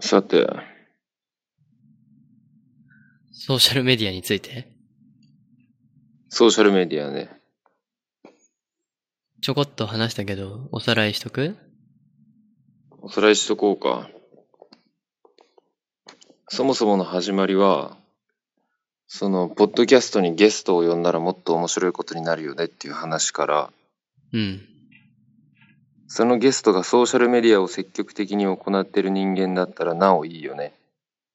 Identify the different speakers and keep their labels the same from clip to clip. Speaker 1: さて、
Speaker 2: ソーシャルメディアについて
Speaker 1: ソーシャルメディアね。
Speaker 2: ちょこっと話したけど、おさらいしとく
Speaker 1: おさらいしとこうか。そもそもの始まりは、その、ポッドキャストにゲストを呼んだらもっと面白いことになるよねっていう話から、
Speaker 2: うん。
Speaker 1: そのゲストがソーシャルメディアを積極的に行ってる人間だったらなおいいよねっ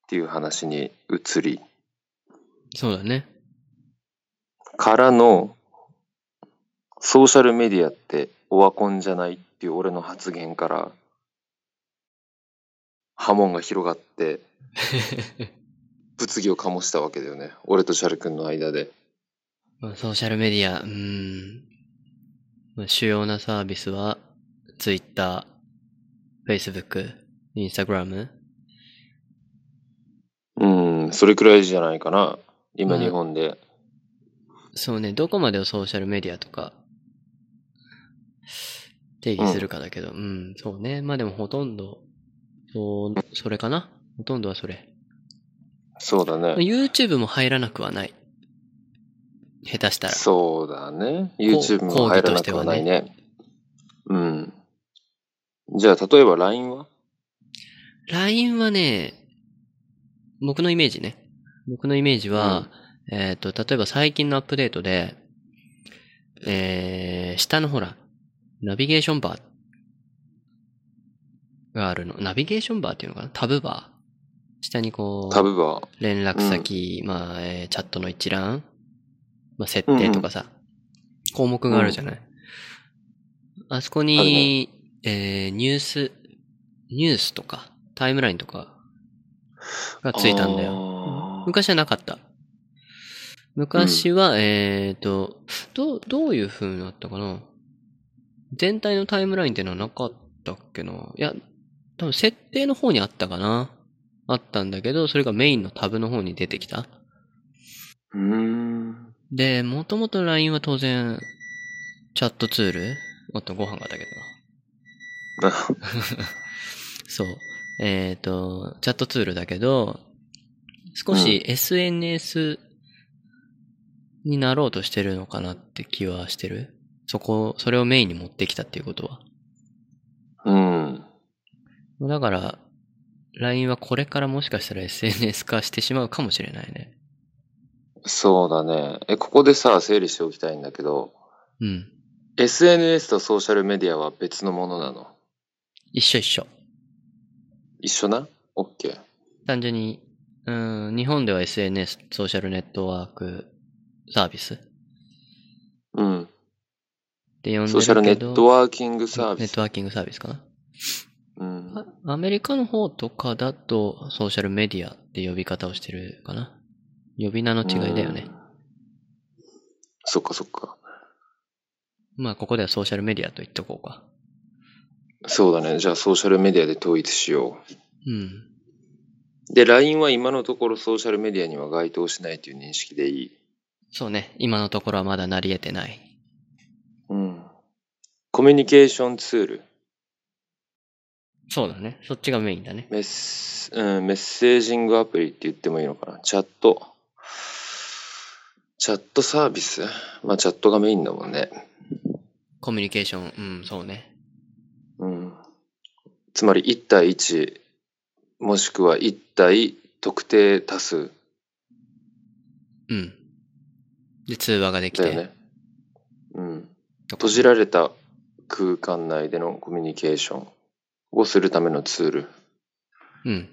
Speaker 1: ていう話に移り、
Speaker 2: そうだね。
Speaker 1: からの、ソーシャルメディアってオワコンじゃないっていう俺の発言から、波紋が広がって、物議を醸したわけだよね。俺とシャル君の間で。
Speaker 2: まあソーシャルメディア、うーん。まあ主要なサービスは、Twitter、Facebook、Instagram。
Speaker 1: うん、それくらいじゃないかな。今
Speaker 2: うん
Speaker 1: 日本で。
Speaker 2: そうね、どこまでをソーシャルメディアとか、定義するかだけど、うん、そうね。まあでもほとんど、そう、それかなほとんどはそれ。
Speaker 1: そうだ
Speaker 2: まあ
Speaker 1: ね。
Speaker 2: YouTube も入らなくはない。下手したら。
Speaker 1: そうだね。YouTube も入らなくはないね。うん。じゃあ、例えば LINE は
Speaker 2: LINE はね、僕のイメージね。僕のイメージは、えっ、と、例えば最近のアップデートで、えー、下のほら、ナビゲーションバーがあるの。ナビゲーションバーっていうのかなタブバー。下にこ
Speaker 1: タ
Speaker 2: う、
Speaker 1: ブバー。
Speaker 2: 連絡先、まあ、えーチャットの一覧、まあ、設定とかさ、項目があるじゃない。あそこに、えーニュース、ニュースとか、タイムラインとかがついたんだよ。
Speaker 1: よ。
Speaker 2: 昔はなかった。昔は、えっ、と、どう、どういう風になったかな全体のタイムラインっていうのはなかったっけないや、多分設定の方にあったかなあったんだけど、それがメインのタブの方に出てきた。
Speaker 1: うーん。
Speaker 2: で、もともと LINE は当然、チャットツールもっとご飯がだけどな。そう。えっ、と、チャットツールだけど、少し SNS になろうとしてるのかなって気はしてる。そこ、それをメインに持ってきたっていうことは。
Speaker 1: うん。
Speaker 2: だから、LINE はこれからもしかしたら SNS 化してしまうかもしれないね。
Speaker 1: そうだね。え、ここでさ、整理しておきたいんだけど、
Speaker 2: うん。
Speaker 1: SNS とソーシャルメディアは別のものなの
Speaker 2: 一緒一緒。
Speaker 1: 一緒な ?OK。
Speaker 2: 単純に、うん、日本では SNS、ソーシャルネットワークサービス
Speaker 1: うん。
Speaker 2: って呼んでるけど。
Speaker 1: ソーシャルネットワーキングサー
Speaker 2: ネ
Speaker 1: ビ
Speaker 2: ッ
Speaker 1: ス
Speaker 2: ト。ワーキングサービスかな。
Speaker 1: うん。
Speaker 2: あアメリカの方とかだと、ソーシャルメディアって呼び方をしてるかな。呼び名の違いだよね
Speaker 1: う。ん。そっかそっか。
Speaker 2: まあ、ここではソーシャルメディアと言っとこうか。
Speaker 1: そうだね。じゃあソーシャルメディアで統一しよ
Speaker 2: うん。
Speaker 1: う。で、LINE は今のところソーシャルメディアには該当しないという認識でいい。
Speaker 2: そうね。今のところはまだなり得てない。
Speaker 1: うん。コミュニケーションツール。
Speaker 2: そうだね。そっちがメインだね。
Speaker 1: メッセ、うん、メッセージングアプリって言ってもいいのかな。チャット。チャットサービスまあチャットがメインだもんね。
Speaker 2: コミュニケーション、うん、そうね。
Speaker 1: うん。つまり1対1、もしくは1対特定多数
Speaker 2: うん。で、通話ができ
Speaker 1: だよ
Speaker 2: て。
Speaker 1: ね。うん。
Speaker 2: とか
Speaker 1: 閉じられた空間内でのコミュニケーションをするためのツール。
Speaker 2: うん。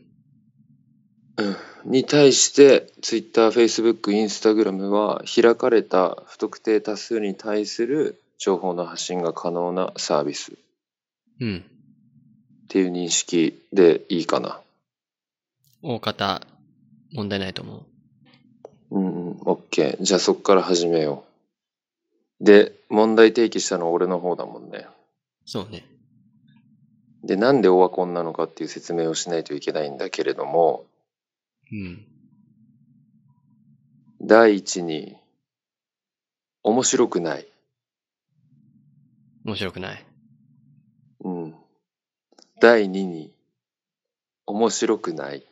Speaker 1: に対して、Twitter、Facebook、Instagram は開かれた不特定多数に対する情報の発信が可能なサービスっ
Speaker 2: うん。
Speaker 1: ていう認識でいいかな。
Speaker 2: 大方、問題ないと思
Speaker 1: う
Speaker 2: う。
Speaker 1: んうん、OK。じゃあそこから始めよう。で、問題提起したのは俺の方だもんね。
Speaker 2: そうね。
Speaker 1: で、なんでオワコンなのかっていう説明をしないといけないんだけれども、
Speaker 2: うん。
Speaker 1: 第一に、面白くない。
Speaker 2: 面白くない。
Speaker 1: うん。第二に、面白く ない。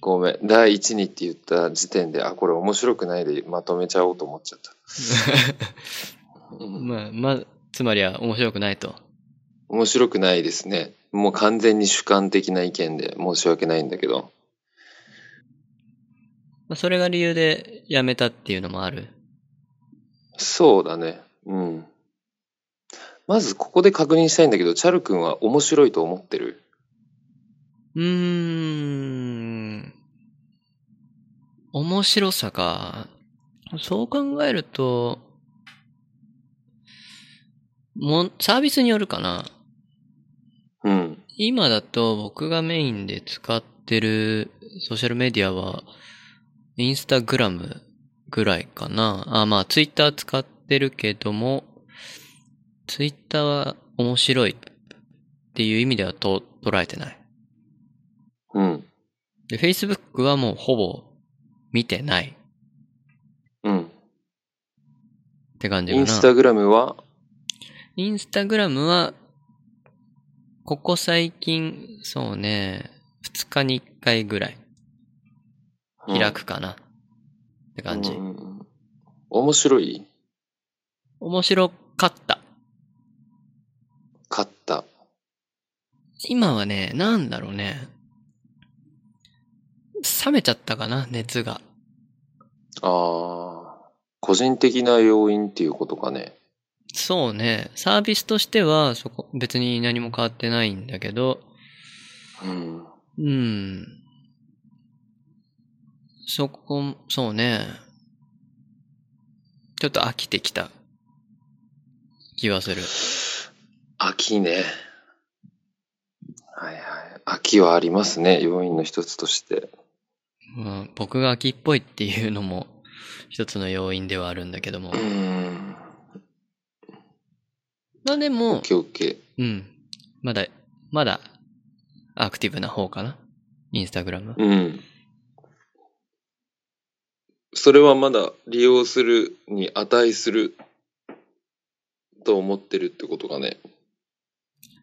Speaker 1: ごめん。第一にって言った時点で、あ、これ面白くないでまとめちゃおうと思っちゃった。 うん
Speaker 2: まあ、まあ、つまりは面白くないと。
Speaker 1: 面白くないですね。もう完全に主観的な意見で申し訳ないんだけど。
Speaker 2: まあ、それが理由で辞めたっていうのもある。
Speaker 1: そうだね。うん。まずここで確認したいんだけど、チャル君は面白いと思ってる
Speaker 2: うーん。面白さか。そう考えると、もん、サービスによるかな。
Speaker 1: うん。
Speaker 2: 今だと僕がメインで使ってるソーシャルメディアは、インスタグラムぐらいかな。あ、まあツイッター使ってるけども、ツイッターは面白いっていう意味ではと捉えてない。
Speaker 1: うん。
Speaker 2: で、Facebook はもうほぼ見てない
Speaker 1: うん。
Speaker 2: って感じ
Speaker 1: イ
Speaker 2: かな。
Speaker 1: ンスタグラムは、
Speaker 2: インスタグラムは、ここ最近、そうね、2日に1回ぐらい
Speaker 1: うん
Speaker 2: 開くかな、って感じ。
Speaker 1: うんうんうん面白い
Speaker 2: 面白かった。
Speaker 1: 買った。
Speaker 2: 今はね、なんだろうね。冷めちゃったかな、熱が。
Speaker 1: ああ。個人的な要因っていうことかね。
Speaker 2: そうね、サービスとしては、そこ、別に何も変わってないんだけど、
Speaker 1: うん。
Speaker 2: うん。そこ、そうね。ちょっと飽きてきた気はする。
Speaker 1: 秋ね。はいはい。秋はありますね。要因の一つとして。
Speaker 2: うん、僕が飽きっぽいっていうのも一つの要因ではあるんだけども
Speaker 1: う。ん。
Speaker 2: まあでも、
Speaker 1: OK, OK.
Speaker 2: うん。まだ、まだアクティブな方かな。インスタグラムは。
Speaker 1: うん。それはまだ利用するに値すると思ってるってことかね。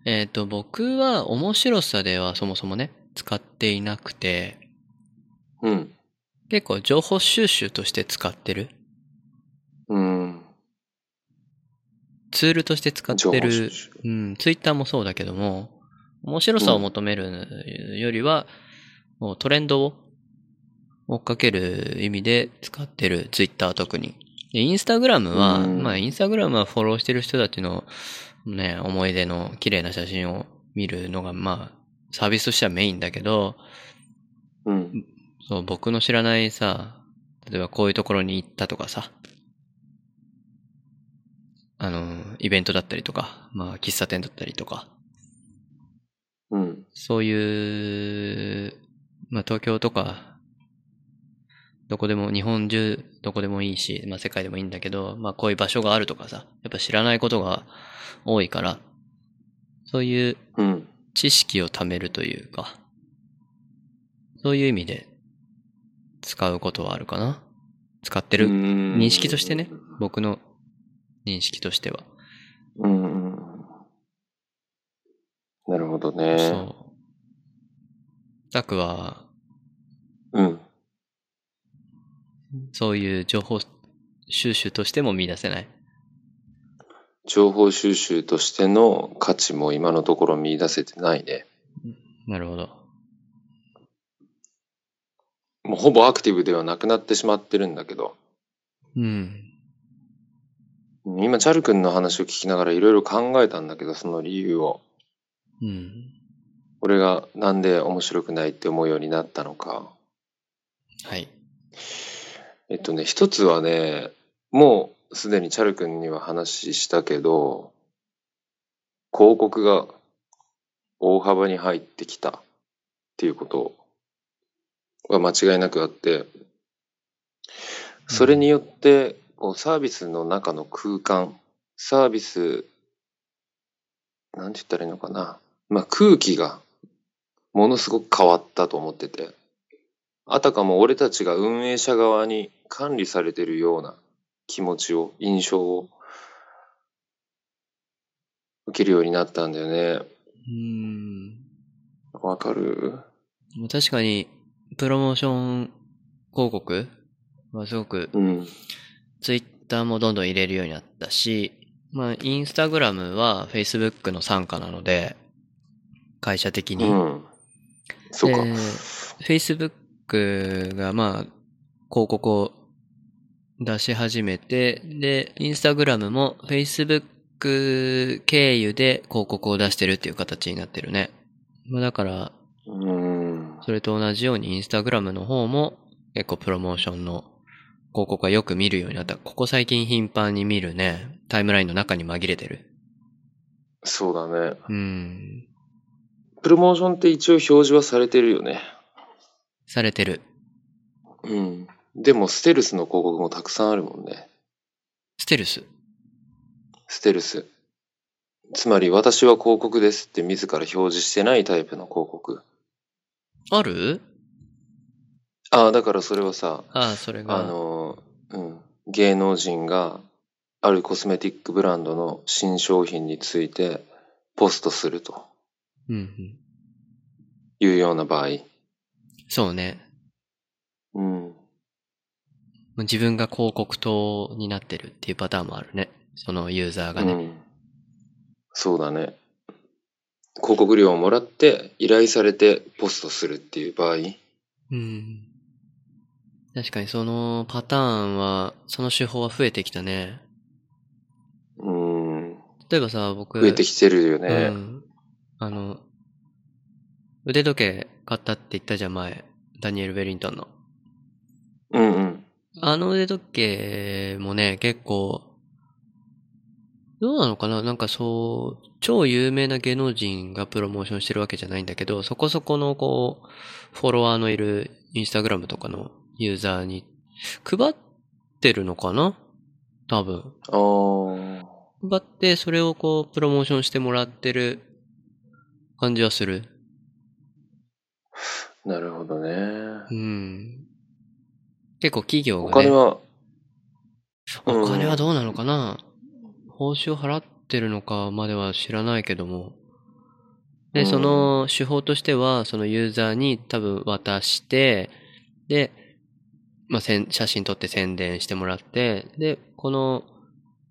Speaker 2: えっ、と、僕は面白さではそもそもね、使っていなくて、
Speaker 1: うん。
Speaker 2: 結構情報収集として使ってる。
Speaker 1: うん。
Speaker 2: ツールとして使っ
Speaker 1: 情
Speaker 2: て
Speaker 1: 報
Speaker 2: る
Speaker 1: 収。集
Speaker 2: うん、ツイッターもそうだけども、面白さを求めるよりは、もうトレンドを追っかける意味で使ってる、ツイッター特に。で、インスタグラムは、
Speaker 1: うん
Speaker 2: まあ、インスタグラムはフォローしてる人たちの、ね、思い出の綺麗な写真を見るのが、まあ、サービスとしてはメインだけど、
Speaker 1: うん。
Speaker 2: そう、僕の知らないさ、例えばこういうところに行ったとかさ、あの、イベントだったりとか、まあ、喫茶店だったりとか、
Speaker 1: うん。
Speaker 2: そういう、まあ、東京とか、どこでも、日本中、どこでもいいし、まあ、世界でもいいんだけど、まあ、こういう場所があるとかさ、やっぱ知らないことが多いから、そういう
Speaker 1: うん。
Speaker 2: 知識を貯めるというか、そういう意味で使うことはあるかな。使ってる認
Speaker 1: 認
Speaker 2: 識としてね。僕の認識としては。
Speaker 1: うんうんうん。なるほどね。
Speaker 2: そう。ザクは、
Speaker 1: うん。
Speaker 2: そういう情報収集としても見出せない。
Speaker 1: 情報収集としての価値も今のところ見出せてないね。
Speaker 2: なるほど。
Speaker 1: もうほぼアクティブではなくなってしまってるんだけど。
Speaker 2: うん。
Speaker 1: うん今、チャル君の話を聞きながらいろいろ考えたんだけど、その理由を。
Speaker 2: うん。
Speaker 1: 俺がなんで面白くないって思うようになったのか。
Speaker 2: はい。
Speaker 1: えっとね、一つはね、もうすでにチャル君には話したけど、広告が大幅に入ってきたっていうことが間違いなくあって、それによって、こうサービスの中の空間、サービス、なんて言ったらいいのかな。まあ空気がものすごく変わったと思ってて。あたかも俺たちが運営者側に管理されてるような気持ちを、印象を受けるようになったんだよね。
Speaker 2: うん。
Speaker 1: わかる
Speaker 2: もう確かに、プロモーション広告はすごく、
Speaker 1: うん。
Speaker 2: ツイッターもどんどん入れるようになったし、まあ、インスタグラムは Facebook の傘下なので、会社的に。
Speaker 1: うん。そうか。
Speaker 2: えー Facebook がまあ、広告を出し始めて、で、Instagram も Facebook 経由で広告を出してるっていう形になってるね。まあだから、
Speaker 1: うん。
Speaker 2: それと同じように Instagram の方も結構プロモーションの広告はよく見るようになった。ここ最近頻繁に見るね。タイムラインの中に紛れてる。
Speaker 1: そうだね。
Speaker 2: うん。
Speaker 1: プロモーションって一応表示はされてるよね。
Speaker 2: されてる。
Speaker 1: うん。でも、ステルスの広告もたくさんあるもんね。
Speaker 2: ステルス。
Speaker 1: ステルス。つまり、私は広告ですって自ら表示してないタイプの広告。
Speaker 2: ある
Speaker 1: ああ、だからそれはさ、
Speaker 2: ああ、それが。
Speaker 1: あの、うん、芸能人があるコスメティックブランドの新商品についてポストすると
Speaker 2: うんうん。
Speaker 1: いうような場合。
Speaker 2: そうね。
Speaker 1: うん。
Speaker 2: もう自分が広告塔になってるっていうパターンもあるね。そのユーザーが
Speaker 1: う
Speaker 2: ね。
Speaker 1: ん。そうだね。広告料をもらって依頼されてポストするっていう場合。
Speaker 2: うん。確かにそのパターンは、その手法は増えてきたね。
Speaker 1: うん。
Speaker 2: 例えばさ、僕、
Speaker 1: 増えてきてるよね。
Speaker 2: うん。あの、腕時計買ったって言ったじゃん、前。ダニエル・ベリントンの。
Speaker 1: うんうん。
Speaker 2: あの腕時計もね、結構、どうなのかななんかそう、超有名な芸能人がプロモーションしてるわけじゃないんだけど、そこそこのこう、フォロワーのいるインスタグラムとかのユーザーに配ってるのかな多分。
Speaker 1: あー
Speaker 2: 配って、それをこう、プロモーションしてもらってる感じはする。
Speaker 1: なるほどね
Speaker 2: う。ん。結構企業
Speaker 1: お
Speaker 2: がね。
Speaker 1: 金は、うん
Speaker 2: お金はどうなのかな、報酬を払ってるのかまでは知らないけども。
Speaker 1: う
Speaker 2: で、
Speaker 1: ん
Speaker 2: その手法としては、そのユーザーに多分渡して、で、まあ、せん写真撮って宣伝してもらって、で、この、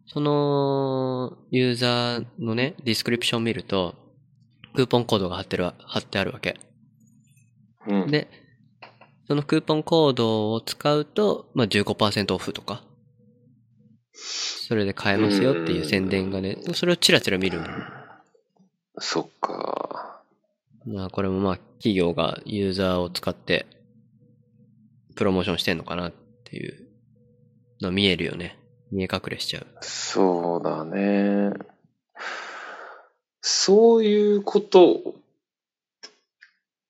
Speaker 2: そのユーザーのね、ディスクリプション見ると、クーポンコードが貼ってるわ、貼ってあるわけ。
Speaker 1: うん。
Speaker 2: で、そのクーポンコードを使うと、まあ、15%オフとか、それで買えますよっていう宣伝がね、それをチラチラ見るの。
Speaker 1: そっか。
Speaker 2: まあ、これもまあ、企業がユーザーを使って、プロモーションしてんのかなっていうの見えるよね。見え隠れしちゃう。
Speaker 1: そうだね。そういうこと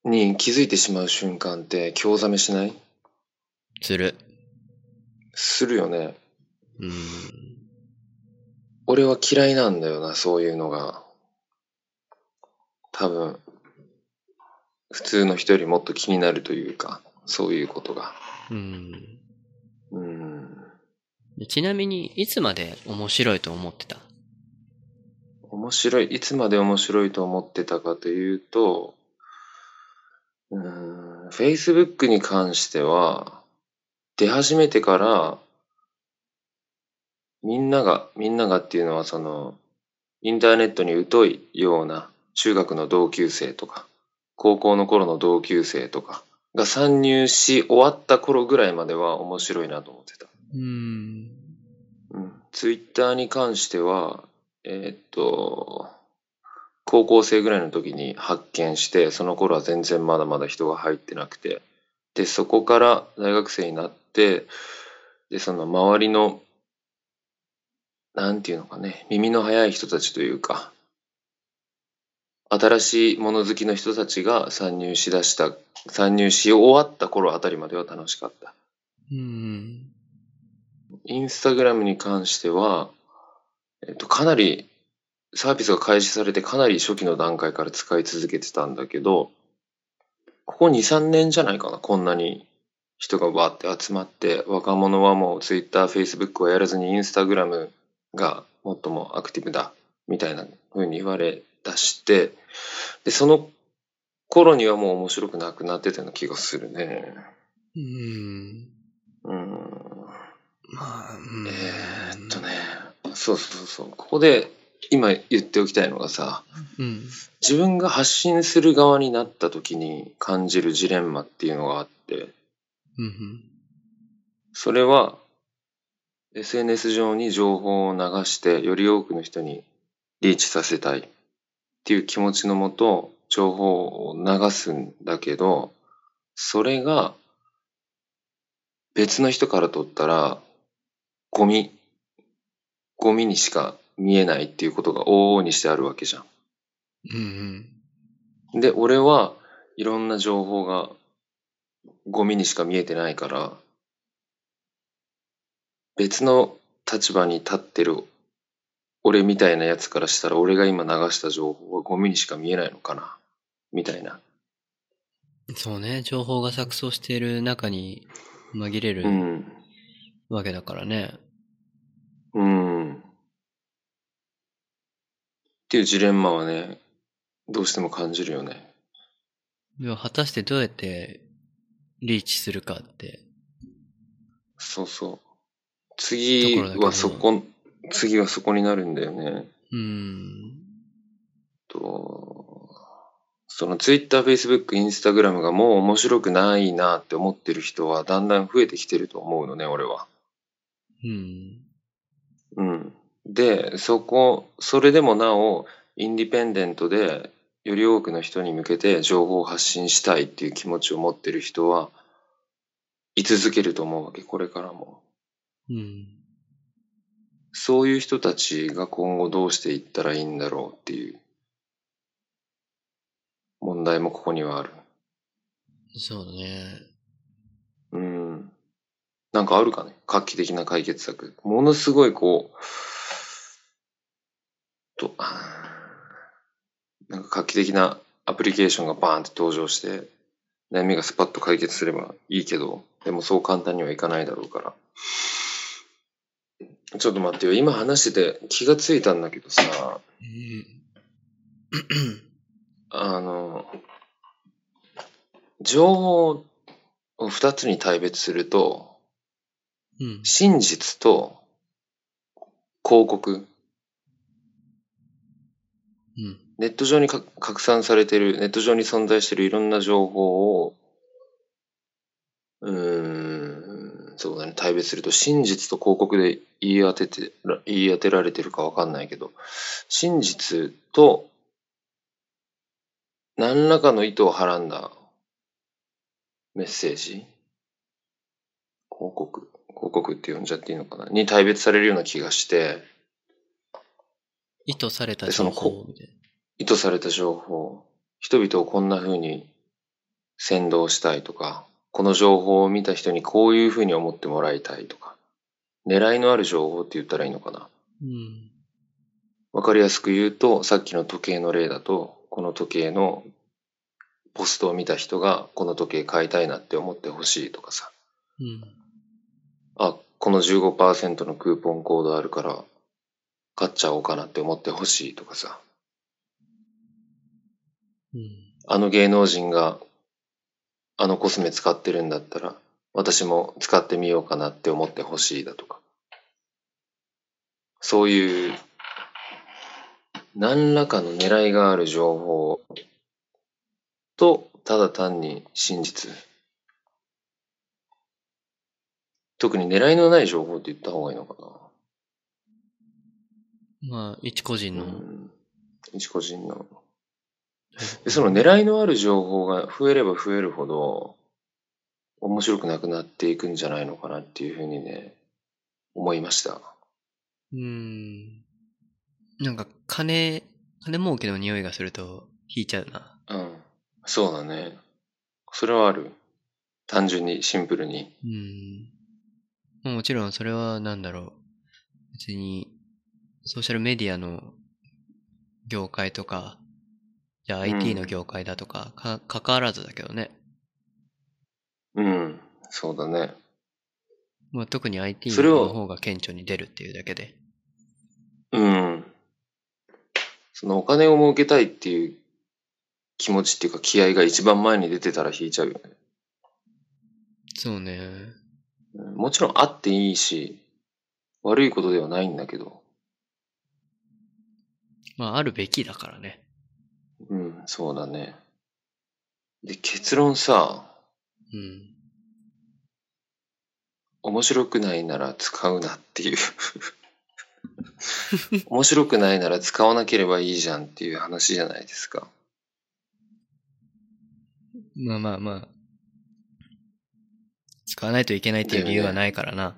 Speaker 1: に気づいてしまう瞬間って、興ざめしない
Speaker 2: する。
Speaker 1: するよね。
Speaker 2: うん。
Speaker 1: 俺は嫌いなんだよな、そういうのが。多分、普通の人よりもっと気になるというか、そういうことが。
Speaker 2: うん。
Speaker 1: うん。
Speaker 2: ちなみに、いつまで面白いと思ってた
Speaker 1: 面白い、いつまで面白いと思ってたかというと、うーん、Facebook に関しては、出始めてから、みんなが、みんながっていうのはその、インターネットに疎いような中学の同級生とか、高校の頃の同級生とかが参入し終わった頃ぐらいまでは面白いなと思ってた。
Speaker 2: うん。
Speaker 1: ツイッターに関しては、えーっと、高校生ぐらいの時に発見して、その頃は全然まだまだ人が入ってなくて、で、そこから大学生になって、で、その周りの、なんていうのかね、耳の早い人たちというか、新しいもの好きの人たちが参入しだした、参入し終わった頃あたりまでは楽しかった。
Speaker 2: うん。
Speaker 1: インスタグラムに関しては、えっと、かなりサービスが開始されてかなり初期の段階から使い続けてたんだけど、ここ2、3年じゃないかな、こんなに人がわーって集まって、若者はもう Twitter、Facebook はやらずにインスタグラムが最もアクティブだ、みたいな風に言われ出して、で、その頃にはもう面白くなくなってたような気がするね。
Speaker 2: うーん。
Speaker 1: うん。
Speaker 2: まあ、うーん
Speaker 1: えーっとね。、そうそうそう。ここで今言っておきたいのがさ、
Speaker 2: うん。
Speaker 1: 自分が発信する側になった時に感じるジレンマっていうのがあって、
Speaker 2: うんうん。
Speaker 1: それは SNS 上に情報を流してより多くの人にリーチさせたいっていう気持ちのもと情報を流すんだけどそれが別の人からとったらゴミゴミにしか見えないっていうことが往々にしてあるわけじゃん。
Speaker 2: うんうん。
Speaker 1: で、俺はいろんな情報がゴミにしか見えてないから、別の立場に立ってる俺みたいなやつからしたら俺が今流した情報はゴミにしか見えないのかなみたいな。
Speaker 2: そうね、情報が錯綜している中に紛れ
Speaker 1: う
Speaker 2: る
Speaker 1: ん。
Speaker 2: わけだからね。
Speaker 1: うん。っていうジレンマはね、どうしても感じるよね。
Speaker 2: では果たしてどうやってリーチするかって。
Speaker 1: そうそう。次
Speaker 2: ところだけど
Speaker 1: はそこ、次はそこになるんだよね。
Speaker 2: うーん。
Speaker 1: と、その Twitter、Facebook、Instagram がもう面白くないなって思ってる人はだんだん増えてきてると思うのね、俺は。
Speaker 2: うん。
Speaker 1: うん。で、そこ、それでもなお、インディペンデントで、より多くの人に向けて情報を発信したいっていう気持ちを持ってる人は、居続けると思うわけ、これからも。
Speaker 2: うん。
Speaker 1: そういう人たちが今後どうしていったらいいんだろうっていう、問題もここにはある。
Speaker 2: そうだね。
Speaker 1: うん。なんかあるかね画期的な解決策。ものすごいこう、と、あーなんか画期的なアプリケーションがバーンって登場して、悩みがスパッと解決すればいいけど、でもそう簡単にはいかないだろうから。ちょっと待ってよ。今話してて気がついたんだけどさ、あの、情報を二つに対別すると、
Speaker 2: うん。うん。
Speaker 1: 真実と広告。
Speaker 2: うん。
Speaker 1: ネット上にか拡散されてる、ネット上に存在してるいろんな情報を、うーん、そうだね、対別すると真実と広告で言い当ててら、言い当てられてるかわかんないけど、真実と何らかの意図をはらんだメッセージ広告広告って呼んじゃっていいのかなに対別されるような気がして、
Speaker 2: 意図された
Speaker 1: でそ
Speaker 2: 情
Speaker 1: の
Speaker 2: 報みたい
Speaker 1: 意図された情報、人々をこんな風に先導したいとか、この情報を見た人にこういう風に思ってもらいたいとか、狙いのある情報って言ったらいいのかな。
Speaker 2: な。うん。
Speaker 1: わかりやすく言うと、さっきの時計の例だと、この時計のポストを見た人が、この時計買いたいなって思ってほしいとかさ、
Speaker 2: うん。
Speaker 1: あ、この15%のクーポンコードあるから、買っちゃおうかなって思ってほしいとかさ、
Speaker 2: うん。
Speaker 1: あの芸能人があのコスメ使ってるんだったら私も使ってみようかなって思ってほしいだとかそういう何らかの狙いがある情報とただ単に真実特に狙いのない情報って言った方がいいのか
Speaker 2: まあ、一個人
Speaker 1: な、
Speaker 2: の。
Speaker 1: うん、一個人ので、その狙いのある情報が増えれば増えるほど、面白くなくなっていくんじゃないのかなっていうふうにね、思いました。
Speaker 2: うーん。なんか、金、金儲けの匂いがすると、引いちゃうな。
Speaker 1: うん。そうだね。それはある。単純に、シンプルに。
Speaker 2: うん。まあもちろん、それは、なんだろう。別に、ソーシャルメディアの業界とか、じゃあ
Speaker 1: うん
Speaker 2: IT の業界だとか、か、関わらずだけどね。
Speaker 1: うん。そうだね。
Speaker 2: まあ、特に IT
Speaker 1: それを
Speaker 2: の方が顕著に出るっていうだけで。
Speaker 1: うん。そのお金を儲けたいっていう気持ちっていうか気合が一番前に出てたら引いちゃうよね。
Speaker 2: そうね。
Speaker 1: うんもちろんあっていいし、悪いことではないんだけど。
Speaker 2: まあ、あるべきだからね。
Speaker 1: うん、そうだね。で、結論さ、
Speaker 2: うん。
Speaker 1: 面白くないなら使うなって いう。面白くないなら使わなければいいじゃんっていう話じゃないですか。
Speaker 2: まあまあまあ。使わないといけないっていう理由はないからな。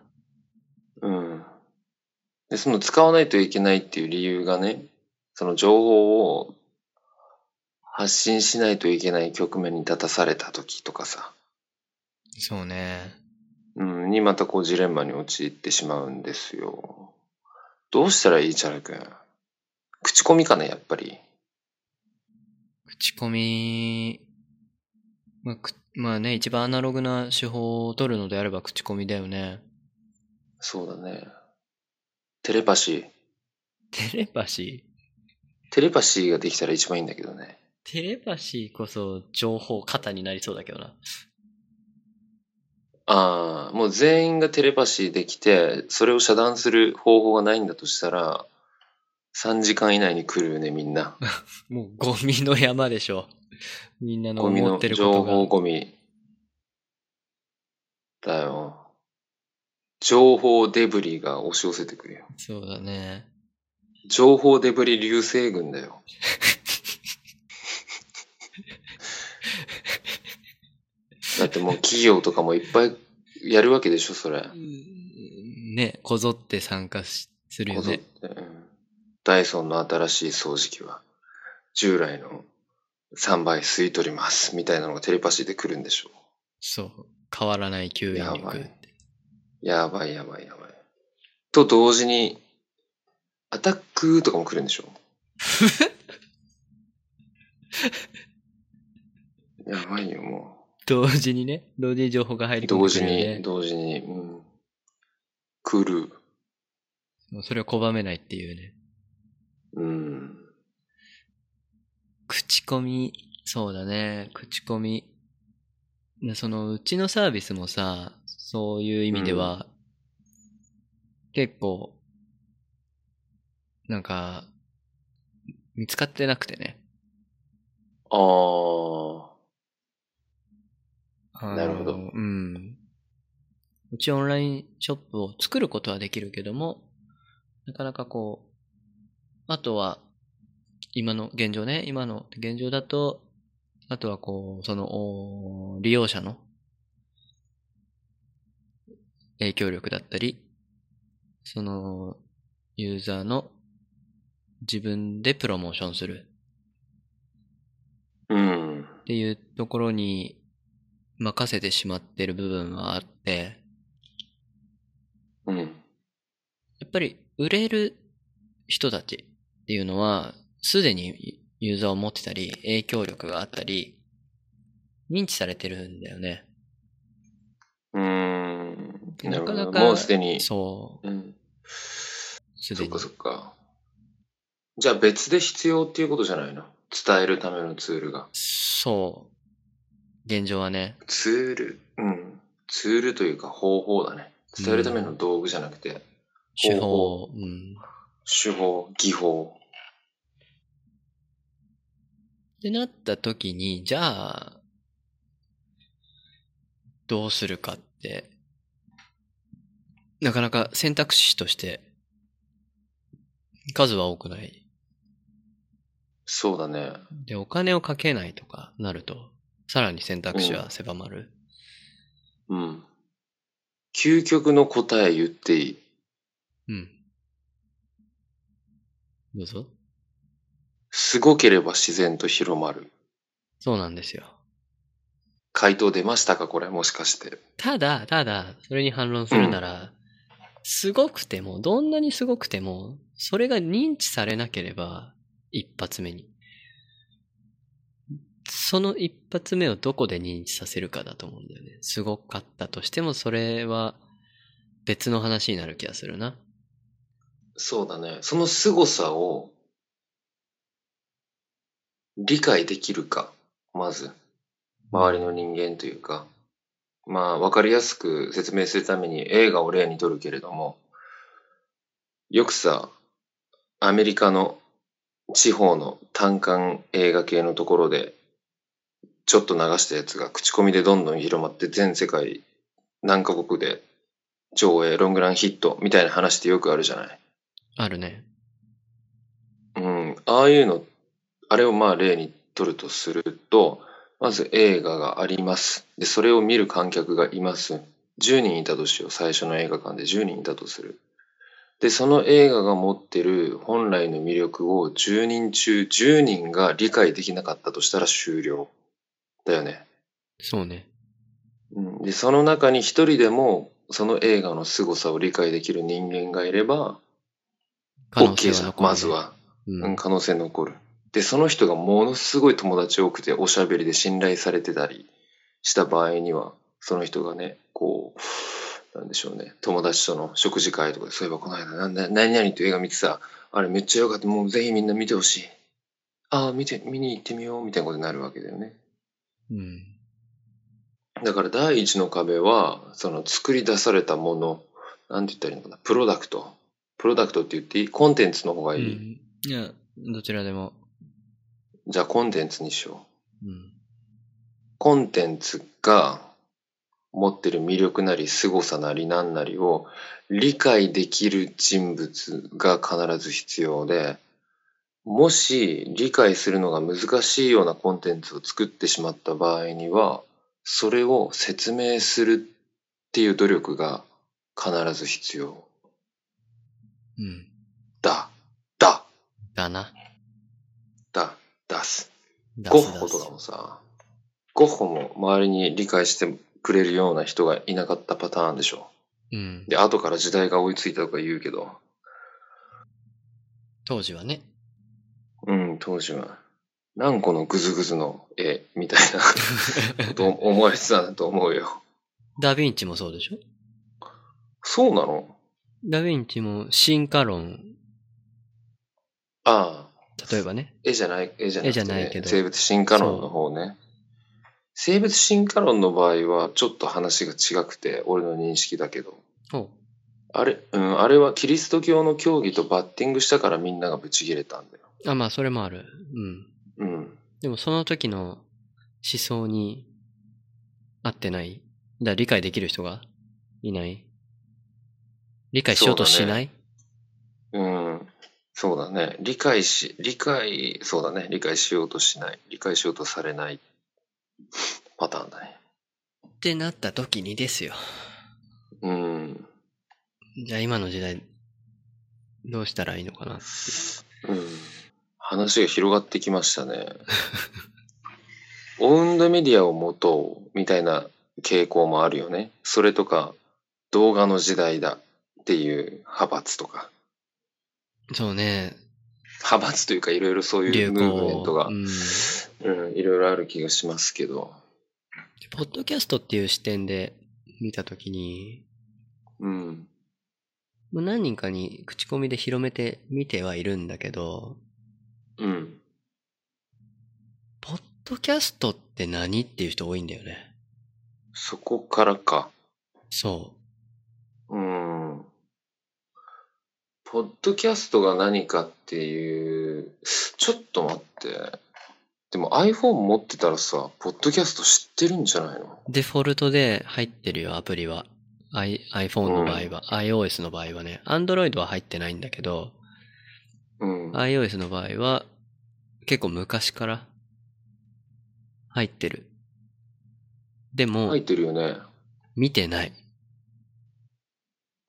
Speaker 1: うん。で、その使わないといけないっていう理由がね、その情報を発信しないといけない局面に立たされた時とかさ、
Speaker 2: そうね。
Speaker 1: うん、にまたこうジレンマに陥ってしまうんですよ。どうしたらいいチャラくん口コミかね、やっぱり。
Speaker 2: 口コミ、まあ、くまあね、一番アナログな手法を取るのであれば口コミだよね。
Speaker 1: そうだね。テレパシー。
Speaker 2: テレパシ
Speaker 1: テレパシーができたら一番いいんだけどね。
Speaker 2: ーテレパシーこそ情報型になりそうだけどな。
Speaker 1: ああ、もう全員がテレパシーできて、それを遮断する方法がないんだとしたら、3時間以内に来るよね、みん な。
Speaker 2: もうゴミの山でしょ。みんなの
Speaker 1: ゴミ
Speaker 2: 思
Speaker 1: の
Speaker 2: ってること
Speaker 1: 情
Speaker 2: が。
Speaker 1: 報ゴミ。だよ。情報デブリが押し寄せてくるよ。
Speaker 2: そうだね。
Speaker 1: 情報デブリ流星群だ よ。だってもう企業とかもいっぱいやるわけでしょ、それ。
Speaker 2: ね、こぞって参加しするよね。
Speaker 1: こぞってうんダイソンの新しい掃除機は、従来の3倍吸い取ります、みたいなのがテレパシーで来るんでしょ
Speaker 2: そう。変わらない吸引
Speaker 1: やば
Speaker 2: 力
Speaker 1: い。う。やばいやばいやばい。と同時に、アタックとかも来るん でしょやばいよ、も
Speaker 2: 同時にね、同時に情報が入
Speaker 1: う。
Speaker 2: り込ん
Speaker 1: 同
Speaker 2: でく
Speaker 1: 時
Speaker 2: るよ
Speaker 1: に、
Speaker 2: ね。
Speaker 1: 同時に、うん。来る。
Speaker 2: もうそれを拒めないっていうね。
Speaker 1: うん。
Speaker 2: 口コミ、そうだね、口コミ。ねその、うちのサービスもさ、そういう意味では、結構、なんか、見つかってなくてね。
Speaker 1: あー。
Speaker 2: あの
Speaker 1: なるほど
Speaker 2: うん。うちオンラインショップを作ることはできるけども、なかなかこう、あとは、今の現状ね、今の現状だと、あとはこう、その、お利用者の影響力だったり、その、ユーザーの自分でプロモーションする
Speaker 1: うん。
Speaker 2: っていうところに任せてしまってる部分はあって、
Speaker 1: うん。
Speaker 2: やっぱり売れる人たちっていうのは、すでにユーザーを持ってたり、影響力があったり、認知されてるんだよね。
Speaker 1: うーん。
Speaker 2: なかな
Speaker 1: るほ
Speaker 2: か、
Speaker 1: どもうすでに。
Speaker 2: そ
Speaker 1: うん。
Speaker 2: う、す
Speaker 1: そ
Speaker 2: で
Speaker 1: っ
Speaker 2: に
Speaker 1: か。そっか。じゃあ別で必要っていうことじゃないの伝えるためのツールが。
Speaker 2: そう。現状はね、
Speaker 1: ツールうん。ツールというか方法だね。伝えるための道具じゃなくて、
Speaker 2: 手
Speaker 1: ほ
Speaker 2: 法、うん。
Speaker 1: 手法、技法。
Speaker 2: ってなった時に、じゃあ、どうするかって、なかなか選択肢として、数は多くない。
Speaker 1: そうだね。
Speaker 2: で、お金をかけないとかなると、さらに選択肢は狭まる。
Speaker 1: うん。究極の答え言っていい。
Speaker 2: うん。どうぞ。
Speaker 1: すごければ自然と広まる。
Speaker 2: そうなんですよ。
Speaker 1: 回答出ましたかこれもしかして。
Speaker 2: ただ、ただ、それに反論するなら、すごくても、どんなにすごくても、それが認知されなければ、一発目に。その一発目をどこで認知させるかだと思うんだよね。すごかったとしても、それは別の話になる気がするな。
Speaker 1: そうだね。その凄さを理解できるか。まず。周りの人間というか、まあ、わかりやすく説明するために映画を例にとるけれども、よくさ、アメリカの地方の単館映画系のところで、ちょっと流したやつが口コミでどんどん広まって全世界何カ国で上映、ロングランヒットみたいな話ってよくあるじゃない。
Speaker 2: あるね。
Speaker 1: うん、ああいうの、あれをまあ例にとるとすると、まず映画があります。で、それを見る観客がいます。10人いたとしよう。最初の映画館で10人いたとする。で、その映画が持ってる本来の魅力を10人中10人が理解できなかったとしたら終了。だよね。
Speaker 2: そうね。
Speaker 1: うんで、その中に一人でもその映画の凄さを理解できる人間がいれば、
Speaker 2: 可能
Speaker 1: OK
Speaker 2: 性は
Speaker 1: じゃん
Speaker 2: 残。るね
Speaker 1: まず。は。
Speaker 2: う
Speaker 1: うんん、。可能性残る。で、その人がものすごい友達多くて、おしゃべりで信頼されてたりした場合には、その人がね、こう、なんでしょうね、友達との食事会とかで、そういえばこの間、なんだ何々という映画見てさ、あれめっちゃ良かった、もうぜひみんな見てほしい。ああ、見て、見に行ってみよう、みたいなことになるわけだよね。
Speaker 2: うん。
Speaker 1: だから第一の壁は、その作り出されたもの、なんて言ったらいいのかな、プロダクト。プロダクトって言っていいコンテンツの方が
Speaker 2: う
Speaker 1: いい。
Speaker 2: んいや、どちらでも。
Speaker 1: じゃあコンテンツにしよう。
Speaker 2: うん。
Speaker 1: コンテンツが持ってる魅力なり凄さなりなんなりを理解できる人物が必ず必要で、もし理解するのが難しいようなコンテンツを作ってしまった場合には、それを説明するっていう努力が必ず必要
Speaker 2: うん。
Speaker 1: だ、だ、
Speaker 2: だな。
Speaker 1: だ、出す。
Speaker 2: 出
Speaker 1: ゴ
Speaker 2: す
Speaker 1: ッホとか
Speaker 2: 出
Speaker 1: もさ、ゴッホも周りに理解してくれるような人がいなかったパターンでしょ。
Speaker 2: すうん。
Speaker 1: で、後から時代が追いついたとか言うけど、
Speaker 2: 当時はね。
Speaker 1: うん、当時は、何個のグズグズの絵みたいな ことを思われてたんだと思うよ。
Speaker 2: ダヴィンチもそうでしょ
Speaker 1: そうなの
Speaker 2: ダヴィンチも進化論、
Speaker 1: ああ、
Speaker 2: 例えばね。
Speaker 1: 絵じゃない、絵じゃなくて、ね、
Speaker 2: 絵じゃないけど
Speaker 1: 生物進化論の方ね。生物進化論の場合は、ちょっと話が違くて、俺の認識だけど。
Speaker 2: ほ
Speaker 1: あれ、うん、あれはキリスト教の教義とバッティングしたからみんながブチ切れたんだよ。
Speaker 2: う。あ、まあ、それもある。うん。
Speaker 1: うん。
Speaker 2: でも、その時の思想に合ってない。だから理解できる人がいない。理解しようとしない
Speaker 1: うん、そうだね。理解し、理解、そうだね。理解しようとしない。理解しようとされないパターンだね。
Speaker 2: ってなった時にですよ。
Speaker 1: うん。
Speaker 2: じゃあ今の時代、どうしたらいいのかな。
Speaker 1: うん。話が広がってきました ね。オウンドメディアを持とうみたいな傾向もあるよね。それとか、動画の時代だっていう派閥とか。
Speaker 2: そうね。
Speaker 1: 派閥というかいろいろそうい
Speaker 2: 流
Speaker 1: う
Speaker 2: 行。
Speaker 1: ムーブメントが
Speaker 2: う、ん
Speaker 1: うん、いろいろある気がしますけど。
Speaker 2: ポッドキャストっていう視点で見たときに、
Speaker 1: うん。
Speaker 2: もう何人かに口コミで広めて見てはいるんだけど、
Speaker 1: うん。
Speaker 2: ポッドキャストって何っていう人多いんだよね。
Speaker 1: そこからか。
Speaker 2: そう
Speaker 1: ーん。ポッドキャストが何かっていう、ちょっと待って。でも iPhone 持ってたらさ、ポッドキャスト知ってるんじゃないの
Speaker 2: う。デフォルトで入ってるよ、アプリは。I、iPhone の場合は、iOS の場合はね。Android は入ってないんだけど、
Speaker 1: うん。
Speaker 2: iOS の場合は、結構昔から入ってる。でも、
Speaker 1: 入ってるよね。
Speaker 2: 見てない。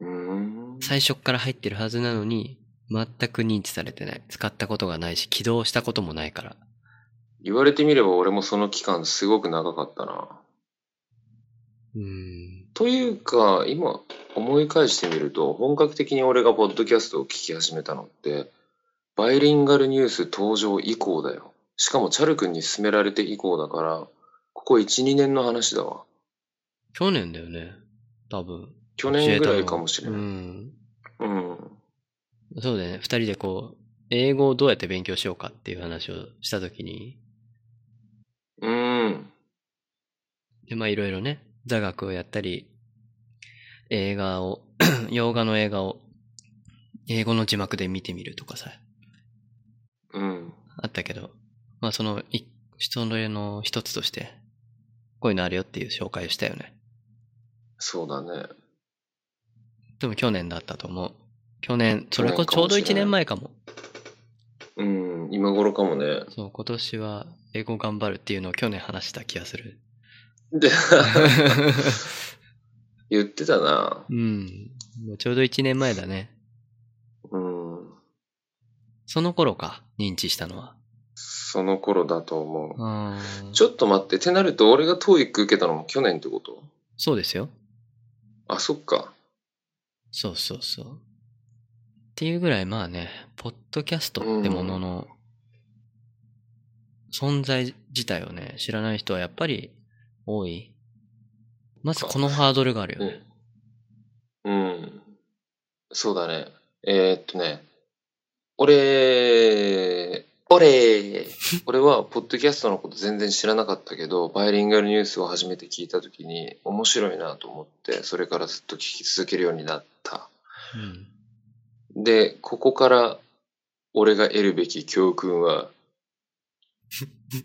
Speaker 1: うーん。
Speaker 2: 最初っから入ってるはずなのに、全く認知されてない。使ったことがないし、起動したこともないから。
Speaker 1: 言われてみれば俺もその期間すごく長かったな。
Speaker 2: うーん。
Speaker 1: というか、今思い返してみると、本格的に俺がポッドキャストを聞き始めたのって、バイリンガルニュース登場以降だよ。しかもチャル君に勧められて以降だから、ここ1、2年の話だわ。
Speaker 2: 去年だよね。多分。
Speaker 1: 去年ぐらいかもしれ
Speaker 2: う
Speaker 1: ない。
Speaker 2: ん。
Speaker 1: うん。
Speaker 2: そうだよね。二人でこう、英語をどうやって勉強しようかっていう話をしたときに、
Speaker 1: うーん。
Speaker 2: まあいろいろね、座学をやったり、映画を、 洋画の映画を、英語の字幕で見てみるとかさ、
Speaker 1: うん。
Speaker 2: あったけど、まあその一、人の例の一つとして、こういうのあるよっていう紹介をしたよね。
Speaker 1: そうだね。
Speaker 2: でも去年だったと思う。去年、それこそちょうど1年前かも。
Speaker 1: うん、今頃かもね。
Speaker 2: そう、今年は英語頑張るっていうのを去年話した気がす る。
Speaker 1: で 言ってたな。
Speaker 2: うん。もうちょうど1年前だね。
Speaker 1: うん。
Speaker 2: その頃か、認知したのは。
Speaker 1: その頃だと思う。
Speaker 2: あ
Speaker 1: ちょっと待って、ってなると俺が TOEIC 受けたのも去年ってこと
Speaker 2: そうですよ。
Speaker 1: あ、そっか。
Speaker 2: そうそうそう。っていうぐらい、まあね、ポッドキャストってものの、存在自体をね、知らない人はやっぱり多い。まずこのハードルがあるよね。
Speaker 1: うん。そうだね。えーっとね。俺、俺、俺はポッドキャストのこと全然知らなかったけど、バイリンガルニュースを初めて聞いたときに面白いなと思って、それからずっと聞き続けるようになった。
Speaker 2: うん。
Speaker 1: で、ここから俺が得るべき教訓は、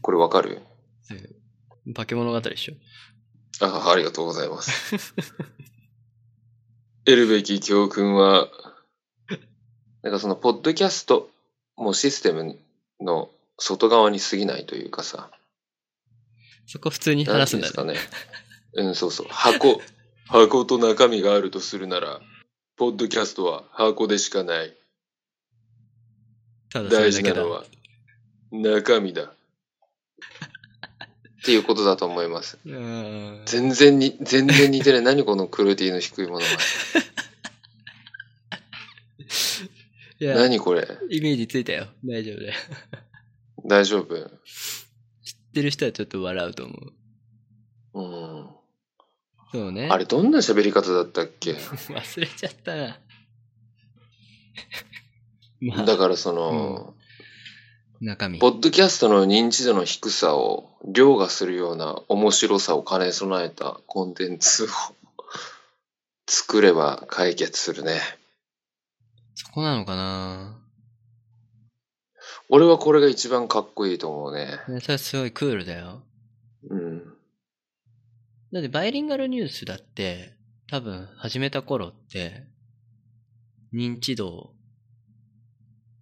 Speaker 1: これわかる
Speaker 2: 化け物語でしょ。
Speaker 1: あありがとうございます。得るべき教訓は、なんかその、ポッドキャストもシステムの外側に過ぎないというかさ、
Speaker 2: そこ普通に
Speaker 1: なん
Speaker 2: 話
Speaker 1: て
Speaker 2: す
Speaker 1: いうんん
Speaker 2: だ
Speaker 1: です
Speaker 2: ね。
Speaker 1: かね。うん、そうそう。箱、箱と中身があるとするなら、ポッドキャストは箱でしかない。
Speaker 2: ただそれ
Speaker 1: 大
Speaker 2: だ
Speaker 1: 事
Speaker 2: け
Speaker 1: な
Speaker 2: だ
Speaker 1: の。は、中身だ。っていうことだと思います。
Speaker 2: うん
Speaker 1: 全然に、全然似てない。 何このクオリティの低いものが。
Speaker 2: いや、
Speaker 1: 何これ
Speaker 2: イメージついたよ。大丈夫だよ。
Speaker 1: 大丈夫
Speaker 2: 知ってる人はちょっと笑うと思う。
Speaker 1: うん。
Speaker 2: そうね。
Speaker 1: あれ、どんな喋り方だったっけ
Speaker 2: 忘れちゃったな。 ま
Speaker 1: だ
Speaker 2: あ、
Speaker 1: からその、
Speaker 2: 中身
Speaker 1: ポ。ッドキャストの認知度の低さを凌駕するような面白さを兼ね備えたコンテンツを 作れば解決するね。
Speaker 2: そこなのかな
Speaker 1: 俺はこれが一番かっこいいと思うね。
Speaker 2: ねそれはすごいクールだよ。
Speaker 1: うん。
Speaker 2: だってバイリンガルニュースだって、多分始めた頃って、認知度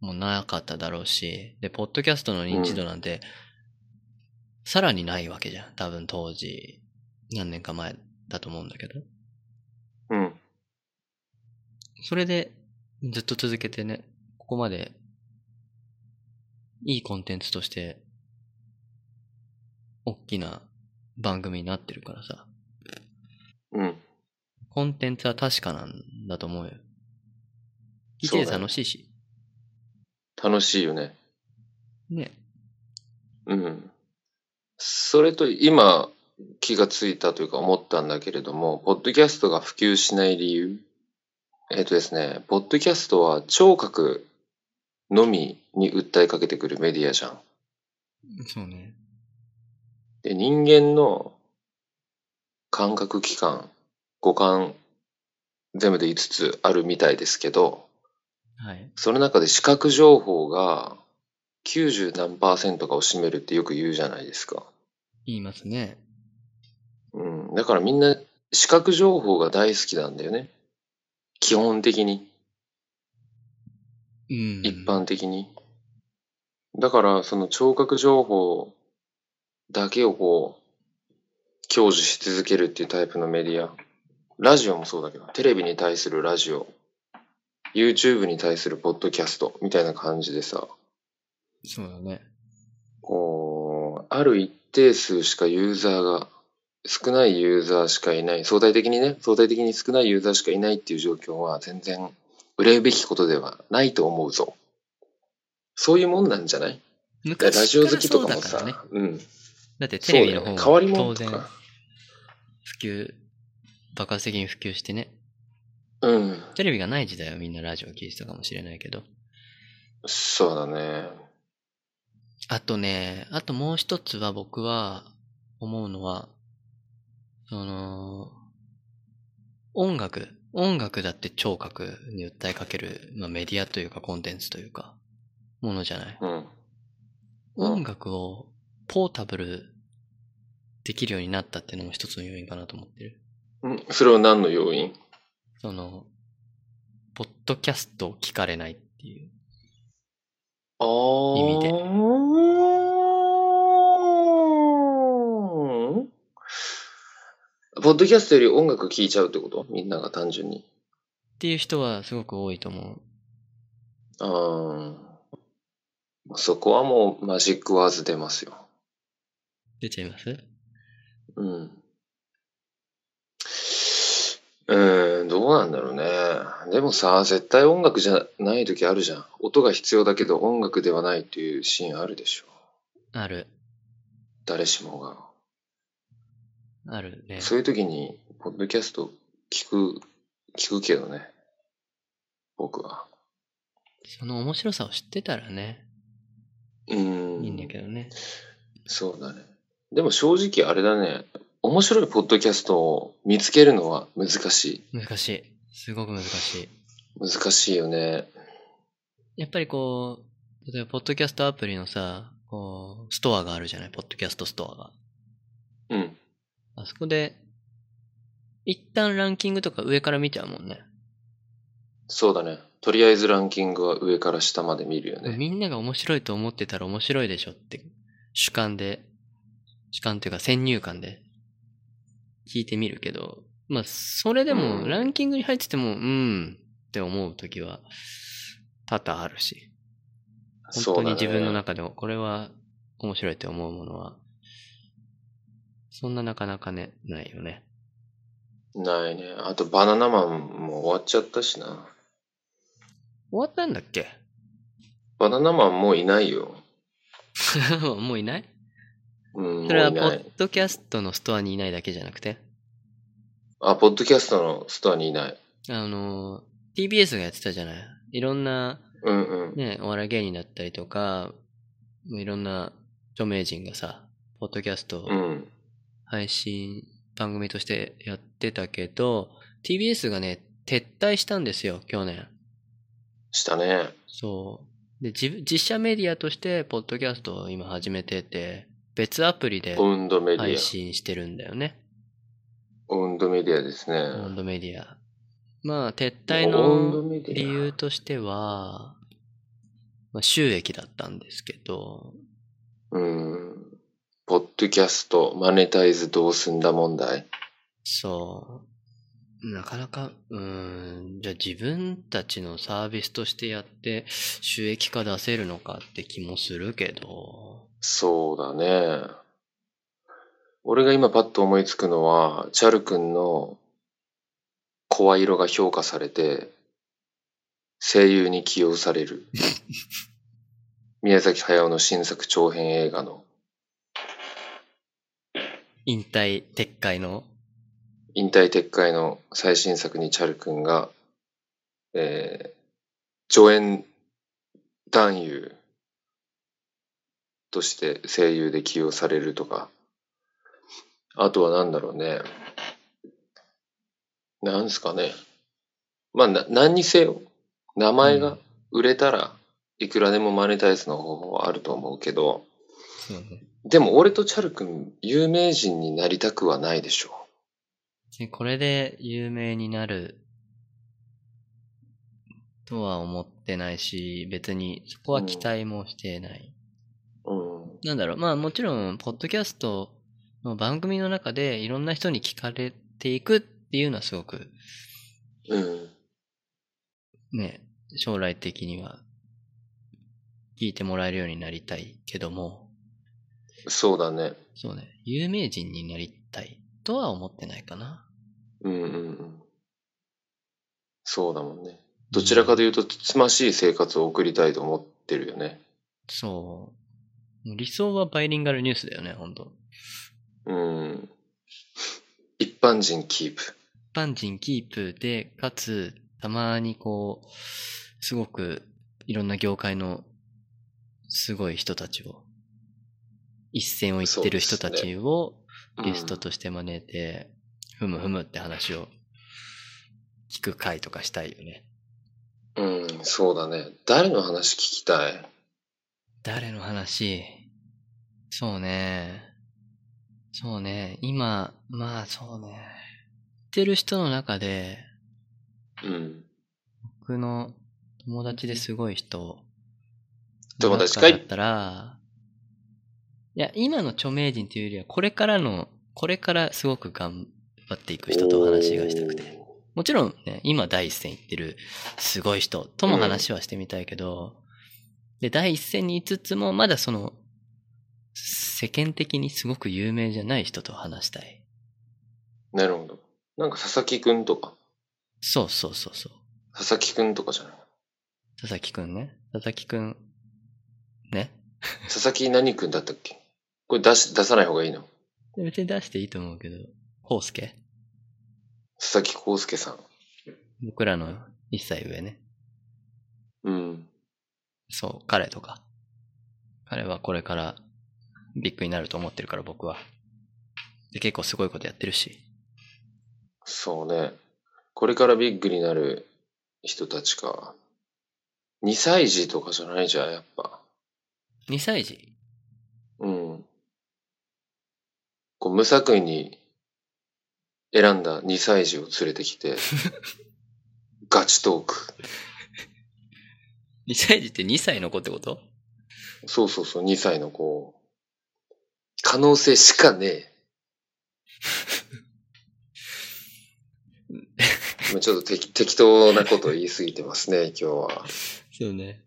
Speaker 2: もなかっただろうし、で、ポッドキャストの認知度なんて、さらにないわけじゃん。多分当時、何年か前だと思うんだけど。
Speaker 1: うん。
Speaker 2: それで、ずっと続けてね、ここまで、いいコンテンツとして、大きな番組になってるからさ。
Speaker 1: うん。
Speaker 2: コンテンツは確かなんだと思うよ。聞い
Speaker 1: そう
Speaker 2: て
Speaker 1: だ
Speaker 2: て
Speaker 1: よ
Speaker 2: 楽しいし。
Speaker 1: 楽しいよね。
Speaker 2: ね。
Speaker 1: うん。それと今気がついたというか思ったんだけれども、ポッドキャストが普及しない理由。えっ、とですね、ポッドキャストは聴覚のみに訴えかけてくるメディアじゃん。
Speaker 2: そうね。
Speaker 1: で、人間の感覚器官、五感、全部で5つあるみたいですけど、
Speaker 2: はい。
Speaker 1: その中で視覚情報が90何パーセントかを占めるってよく言うじゃないですか。
Speaker 2: 言いますね。
Speaker 1: うん、だからみんな視覚情報が大好きなんだよね。基本的に、
Speaker 2: うん。
Speaker 1: 一般的に。だから、その聴覚情報だけをこう、享受し続けるっていうタイプのメディア。ラジオもそうだけど、テレビに対するラジオ、YouTube に対するポッドキャストみたいな感じでさ、
Speaker 2: そうだね。
Speaker 1: こう、ある一定数しかユーザーが、少ないユーザーしかいない、相対的にね、相対的に少ないユーザーしかいないっていう状況は全然憂うべきことではないと思うぞ。そういうもんなんじゃないラ
Speaker 2: 昔
Speaker 1: ジオ好きとかも
Speaker 2: らそうだ
Speaker 1: さ、
Speaker 2: らね。
Speaker 1: うん。
Speaker 2: だってテ
Speaker 1: そう
Speaker 2: レ
Speaker 1: だ
Speaker 2: ビの
Speaker 1: よね。
Speaker 2: 方
Speaker 1: 変わり
Speaker 2: が
Speaker 1: も
Speaker 2: 当
Speaker 1: んと
Speaker 2: 然
Speaker 1: か。
Speaker 2: 普及、爆発的に普及してね。
Speaker 1: うん。
Speaker 2: テレビがない時代はみんなラジオを聞いてたかもしれないけど。
Speaker 1: そうだね。
Speaker 2: あとね、あともう一つは僕は思うのは、その、音楽、音楽だって聴覚に訴えかける、まあ、メディアというかコンテンツというか、ものじゃない。
Speaker 1: うん。うん
Speaker 2: 音楽をポータブルできるようになったっていうのも一つの要因かなと思ってる。
Speaker 1: うんそれは何の要因
Speaker 2: その、ポッドキャストを聞かれないっていう。
Speaker 1: ああ。
Speaker 2: 意味で
Speaker 1: ポッドキャストより音楽聴いちゃうってことみんなが単純に。
Speaker 2: っていう人はすごく多いと思う。
Speaker 1: ああ。そこはもうマジックワーズ出ますよ。
Speaker 2: 出ちゃいます
Speaker 1: うん。うーん、どうなんだろうね。でもさ、絶対音楽じゃない時あるじゃん。音が必要だけど音楽ではないっていうシーンあるでしょ。
Speaker 2: ある。
Speaker 1: 誰しもが。
Speaker 2: あるね。
Speaker 1: そういう時に、ポッドキャスト聞く、聞くけどね。僕は。
Speaker 2: その面白さを知ってたらね、
Speaker 1: うーん。
Speaker 2: いいんだけどね。
Speaker 1: そうだね。でも正直あれだね。面白いポッドキャストを見つけるのは難し
Speaker 2: 難しい。すごく難しい。
Speaker 1: い。難しいよね。
Speaker 2: やっぱりこう、例えば、ポッドキャストアプリのさ、こう、ストアがあるじゃないポッドキャストストアが。
Speaker 1: うん。
Speaker 2: あそこで、一旦ランキングとか上から見ちゃうもんね。
Speaker 1: そうだね。とりあえずランキングは上から下まで見るよね。
Speaker 2: みんなが面白いと思ってたら面白いでしょって、主観で、主観というか先入観で、聞いてみるけど、まあ、それで
Speaker 1: う
Speaker 2: も、
Speaker 1: ん
Speaker 2: ランキングに入ってても、うん、って思うときは、多々あるし、本当に自分の
Speaker 1: 中。
Speaker 2: 中でも、これは面白いって思うものは、そんななかなかね、ないよね。
Speaker 1: ないね。あとバナナマンも終わっちゃったしな。
Speaker 2: 終わったんだっけ
Speaker 1: バナナマンもういないよ。
Speaker 2: もういない
Speaker 1: うん、もうい
Speaker 2: それは、ポ
Speaker 1: ない
Speaker 2: ッ。ドキャストのストアにいないだけじゃなくて、
Speaker 1: あ、ポッドキャストのストアにいない。
Speaker 2: あの、TBS がやってたじゃない。いろんな、
Speaker 1: うんうん。
Speaker 2: ね、お笑い芸人だったりとか、いろんな著名人がさ、ポッドキャスト
Speaker 1: う
Speaker 2: を
Speaker 1: ん。
Speaker 2: 配信、番組としてやってたけど、TBS がね、撤退したんですよ、去年。
Speaker 1: したね。
Speaker 2: そう。で、自分実写メディアとして、ポッドキャストを今始めてて、別アプリで
Speaker 1: オウンドメデ
Speaker 2: 配
Speaker 1: ィ
Speaker 2: 信してるんだよね。
Speaker 1: ア。オウンドメディアですね。
Speaker 2: オンドメディア。まあ、撤退
Speaker 1: オウンド
Speaker 2: の
Speaker 1: メディア
Speaker 2: 理由としては、まあ、収益だったんですけど、
Speaker 1: うん。ポッドキャスト、マネタイズどうすんだ問題。
Speaker 2: そう。なかなか、うーん、じゃあ自分たちのサービスとしてやって収益化出せるのかって気もするけど、
Speaker 1: そうだね。俺が今パッと思いつくのは、チャル君の声色が評価されて、声優に起用され る。宮崎駿の新作長編映画の
Speaker 2: 引退撤回の、
Speaker 1: 引退撤回の最新作にチャル君が、えー、助演男優として声優で起用されるとか、あとは何だろうね。なんすかね。まあ、な、何にせよ、名前
Speaker 2: う
Speaker 1: が
Speaker 2: ん
Speaker 1: 売れたらいくらでもマネタイズの方法はあると思うけど、
Speaker 2: そうね
Speaker 1: でも俺とチャル君、有名人になりたくはないでしょ
Speaker 2: でこれで有名になるとは思ってないし、別にそこは期待もしてない。
Speaker 1: う。うん。
Speaker 2: なんだろう、まあもちろん、ポッドキャストの番組の中でいろんな人に聞かれていくっていうのはすごく、
Speaker 1: うん。
Speaker 2: ね、将来的には聞いてもらえるようになりたいけども、
Speaker 1: そうだね。
Speaker 2: そうね、有名人になりたいとは思ってないかな。
Speaker 1: うんうんうん。そうだもんね。どちらかというと、つましい生活を送りたいと思ってるよね。
Speaker 2: そう。理想はバイリンガルニュースだよね、本当
Speaker 1: うん。一般人キープ。
Speaker 2: 一般人キープで、かつ、たまにこう、すごくいろんな業界のすごい人たちを、一線を行ってる人たちを
Speaker 1: うん
Speaker 2: ゲストとして招いて、ふむふむって話を聞く回とかしたいよね。
Speaker 1: うん、そうだね。誰の話聞きたい
Speaker 2: 誰の話そうね。そうね。今、まあそうね。知ってる人の中で、
Speaker 1: うん。
Speaker 2: 僕の友達ですごい人。
Speaker 1: 友達かい
Speaker 2: だったら、いや、今の著名人というよりは、これからの、これからすごく頑張っていく人と話がしたくて。もちろんね、今第一線行ってるすごい人とも話はしてみたいけど、で、第一線にいつつも、まだその、世間的にすごく有名じゃない人と話したい。
Speaker 1: なるほど。なんか佐々木くんとか、
Speaker 2: そうそうそうそう。
Speaker 1: 佐々木くんとかじゃない
Speaker 2: 佐々木くんね。佐々木くん、ね。
Speaker 1: 佐々木何くんだったっけこれ出し、出さない方がいいの
Speaker 2: 別に出していいと思うけど、コウスケ
Speaker 1: 佐々木康介さん。
Speaker 2: 僕らの一歳上ね。
Speaker 1: うん。
Speaker 2: そう、彼とか。彼はこれからビッグになると思ってるから僕は。で、結構すごいことやってるし。
Speaker 1: そうね。これからビッグになる人たちか。2歳児とかじゃないじゃん、やっぱ。
Speaker 2: 2歳児
Speaker 1: うん。こう、無作為に選んだ2歳児を連れてきて、ガチトーク。
Speaker 2: ?2 歳児って2歳の子ってこと
Speaker 1: そうそうそう、2歳の子を。可能性しかねえ。まあちょっと適適当なこと言いすぎてますね、今日は。
Speaker 2: そうね。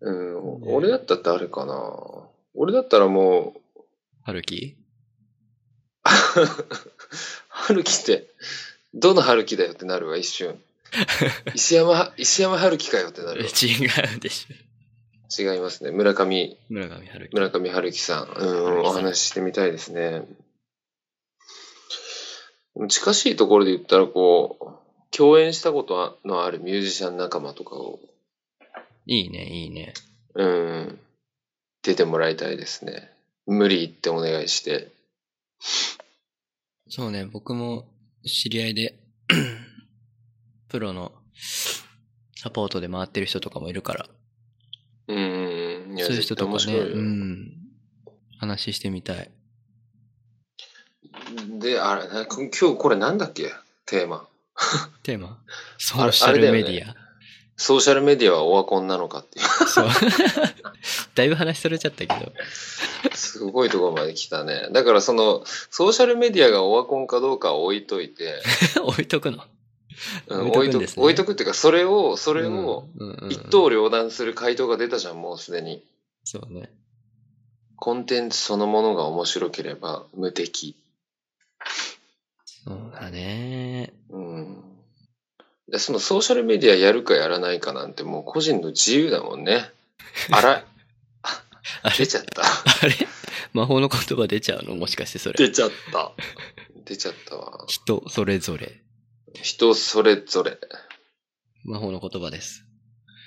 Speaker 1: うん、
Speaker 2: ね
Speaker 1: 俺だったら誰かな俺だったらもう、
Speaker 2: 春樹
Speaker 1: 春樹って、どの春樹だよってなるわ、一 瞬。石山、石山春樹かよってな
Speaker 2: 違
Speaker 1: るわ。
Speaker 2: うでしょ。
Speaker 1: 違いますね。村上、
Speaker 2: 村上春樹。
Speaker 1: 村上春樹さん。うん、お話ししてみたいですね。でも近しいところで言ったら、こう、共演したことのあるミュージシャン仲間とかを、
Speaker 2: いいね、いいね。
Speaker 1: うん、出てもらいたいですね。無理言ってお願いして。
Speaker 2: そうね、僕も知り合いで、 プロのサポートで回ってる人とかもいるから、
Speaker 1: うんうんん、いや
Speaker 2: そういう人とか
Speaker 1: 絶
Speaker 2: ね、
Speaker 1: 対面白いよ
Speaker 2: うん。話してみたい。
Speaker 1: で、あれ、な今日これなんだっけテーマ。
Speaker 2: テーマソーシャルメディア。
Speaker 1: ソーシャルメディアはオワコンなのかってい
Speaker 2: そう。 だいぶ話されちゃったけど。
Speaker 1: う。 すごいところまで来たね。だからその、ソーシャルメディアがオワコンかどうかは置いとい て、
Speaker 2: 置いとくの。
Speaker 1: うん
Speaker 2: 置
Speaker 1: 置
Speaker 2: い
Speaker 1: いと
Speaker 2: とくん
Speaker 1: く、
Speaker 2: ですね
Speaker 1: 置いとくっていうか、それを、そ
Speaker 2: こ
Speaker 1: れを、、
Speaker 2: うんうんうん
Speaker 1: 一刀両断する回答が出たじゃん、もうすでに。
Speaker 2: そうね。
Speaker 1: コンテンツそのものが面白ければ無敵。
Speaker 2: そうだね。
Speaker 1: うん。で、そのソーシャルメディアやるかやらないかなんてもう個人の自由だもんね。あ ら、
Speaker 2: あ
Speaker 1: 出
Speaker 2: れ
Speaker 1: ちゃった。
Speaker 2: あれ魔法の言葉出ちゃうのもしかしてそれ。
Speaker 1: 出ちゃった。出ちゃったわ。
Speaker 2: 人それぞれ。
Speaker 1: 人それぞれ。
Speaker 2: 魔法の言葉です。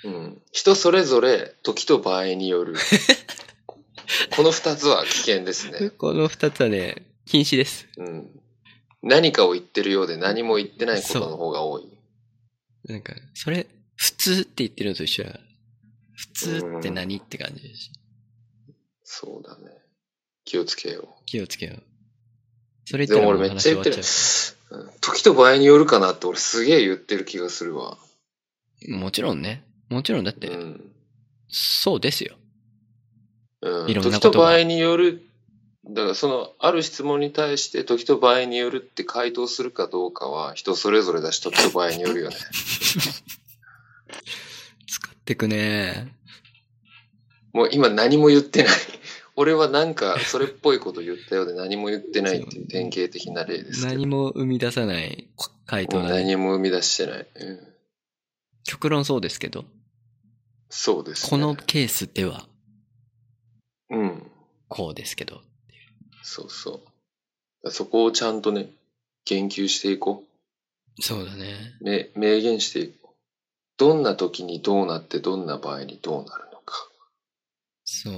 Speaker 1: うん。人それぞれ、時と場合によ る。この二つは危険ですね。
Speaker 2: この二つはね、禁止です。
Speaker 1: うん。何かを言ってるようで何も言ってないことの方が多い。
Speaker 2: なんか、それ、普通って言ってるのと一緒やから。普通って何って感じです。
Speaker 1: そうだね。気をつけよ
Speaker 2: 気をつけよう。それ
Speaker 1: う。
Speaker 2: 言
Speaker 1: で
Speaker 2: っ
Speaker 1: も
Speaker 2: たらもう
Speaker 1: 俺めっち
Speaker 2: 話
Speaker 1: ゃ
Speaker 2: 終
Speaker 1: 言
Speaker 2: わ
Speaker 1: っ
Speaker 2: ってち
Speaker 1: る
Speaker 2: ゃ。
Speaker 1: うん時と場合によるかなって俺すげえ言ってる気がするわ。
Speaker 2: う。もちろんね。もちろんだって、
Speaker 1: うん。
Speaker 2: そうですよ。
Speaker 1: うん、
Speaker 2: いろんな
Speaker 1: 時
Speaker 2: ことが
Speaker 1: と場合による、だからその、ある質問に対して時と場合によるって回答するかどうかは人それぞれだし、時と場合によ るよね。
Speaker 2: 使ってくね
Speaker 1: もう今何も言ってない。俺はなんかそれっぽいこと言ったようで何も言ってないっていう典型的な例ですけど。
Speaker 2: 何も生み出さない回答
Speaker 1: もう
Speaker 2: だね。
Speaker 1: 何も生み出してない。うん、
Speaker 2: 極論そうですけど、
Speaker 1: そうです、ね。
Speaker 2: この、ケースでは
Speaker 1: うん。
Speaker 2: こうですけど。
Speaker 1: そうそう。そこをちゃんとね、言及していこ
Speaker 2: そうだね。
Speaker 1: う。め明言していこう。どんな時にどうなって、どんな場合にどうなるのか。
Speaker 2: そう。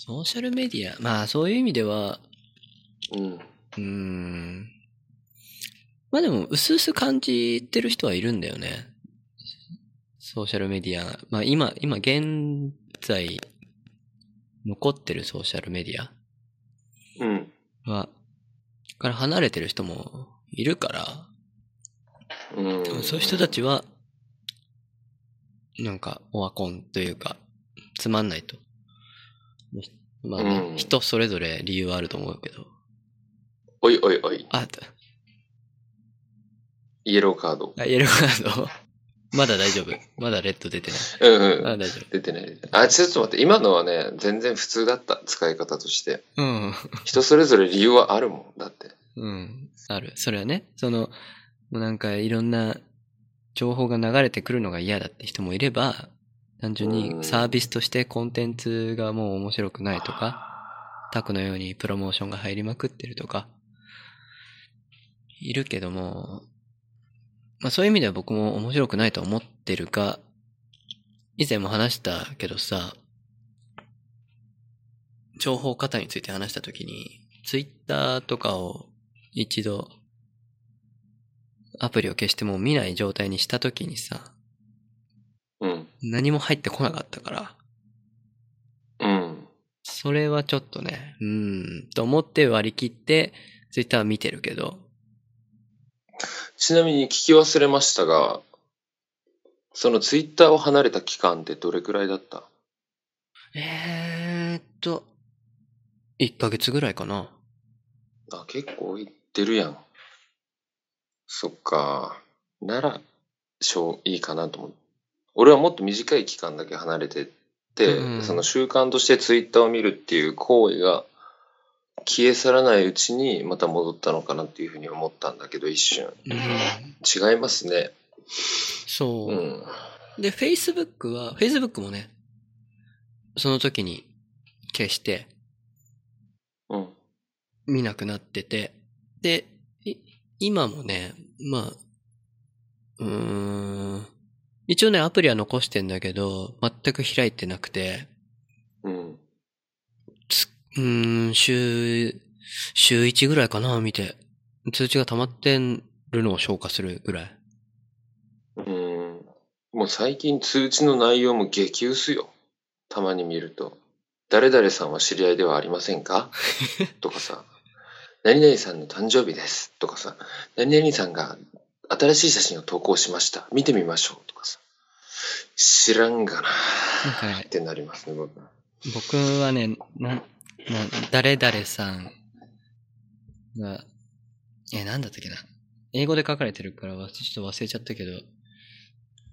Speaker 2: ソーシャルメディア。まあそういう意味では、
Speaker 1: うん。
Speaker 2: うーん、まあでも、薄々感じてる人はいるんだよね。ソーシャルメディア。まあ今、今現在、残ってるソーシャルメディ
Speaker 1: うん。
Speaker 2: アは、から離れてる人もいるから、
Speaker 1: うん。
Speaker 2: 多分そういう人たちは、なんか、オワコンというか、つまんないと。まあね、
Speaker 1: うん
Speaker 2: 人それぞれ理由はあると思うけど。
Speaker 1: おいおいおい。
Speaker 2: あ、
Speaker 1: イエローカード。
Speaker 2: あイエローカード まだ大丈夫。まだレッド出てない。
Speaker 1: うんうん。
Speaker 2: まだ大丈
Speaker 1: 出てない出てない。あ、ちょっと待って、今のはね、全然普通だった、使い方として。
Speaker 2: 夫。うん。
Speaker 1: 人それぞれ理由はあるもん、だって。
Speaker 2: うん。ある。それはね、その、もうなんかいろんな情報が流れてくるのが嫌だって人もいれば、単純
Speaker 1: うん
Speaker 2: にサービスとしてコンテンツがもう面白くないとか、
Speaker 1: か。
Speaker 2: タクのようにプロモーションが入りまくってるとか、いるけども、まあそういう意味では僕も面白くないと思ってるが、以前も話したけどさ、情報過多について話したときに、ツイッターとかを一度、アプリを消してもう見ない状態にしたときにさ、
Speaker 1: うん。
Speaker 2: 何も入ってこなかったから、
Speaker 1: うん。
Speaker 2: それはちょっとね、うーん、と思って割り切って、ツイッターは見てるけど、
Speaker 1: ちなみに聞き忘れましたが、そのツイッターを離れた期間ってどれくらいだった
Speaker 2: えーっと、1ヶ月ぐらいかな。
Speaker 1: あ、結構いってるやん。そっか。なら、しょう、いいかなと思う。俺はもっと短い期間だけ離れてって、
Speaker 2: うん
Speaker 1: その習慣としてツイッターを見るっていう行為が消え去らないうちにまた戻ったのかなっていうふうに思ったんだけど、一瞬。
Speaker 2: うん、
Speaker 1: 違いますね。
Speaker 2: そうう。
Speaker 1: ん。
Speaker 2: で、Facebook は、Facebook もね、その時に消して
Speaker 1: うん。
Speaker 2: 見なくなってて、で、い今もね、まあ、うーん、一応ね、アプリは残してんだけど、全く開いてなくて、
Speaker 1: うん。
Speaker 2: うーん、週、週1ぐらいかな、見て。通知が溜まってるのを消化するぐらい。
Speaker 1: うん。もう最近通知の内容も激薄よ。たまに見ると。誰々さんは知り合いではありません かとかさ。何々さんの誕生日です。とかさ。何々さんが新しい写真を投稿しました。見てみましょう。とかさ。知らんがな
Speaker 2: なんかね
Speaker 1: ってなりますね、僕。
Speaker 2: 僕はね、な、な、誰々さんが、え、なんだったっけな。英語で書かれてるから、わちょっと忘れちゃったけど、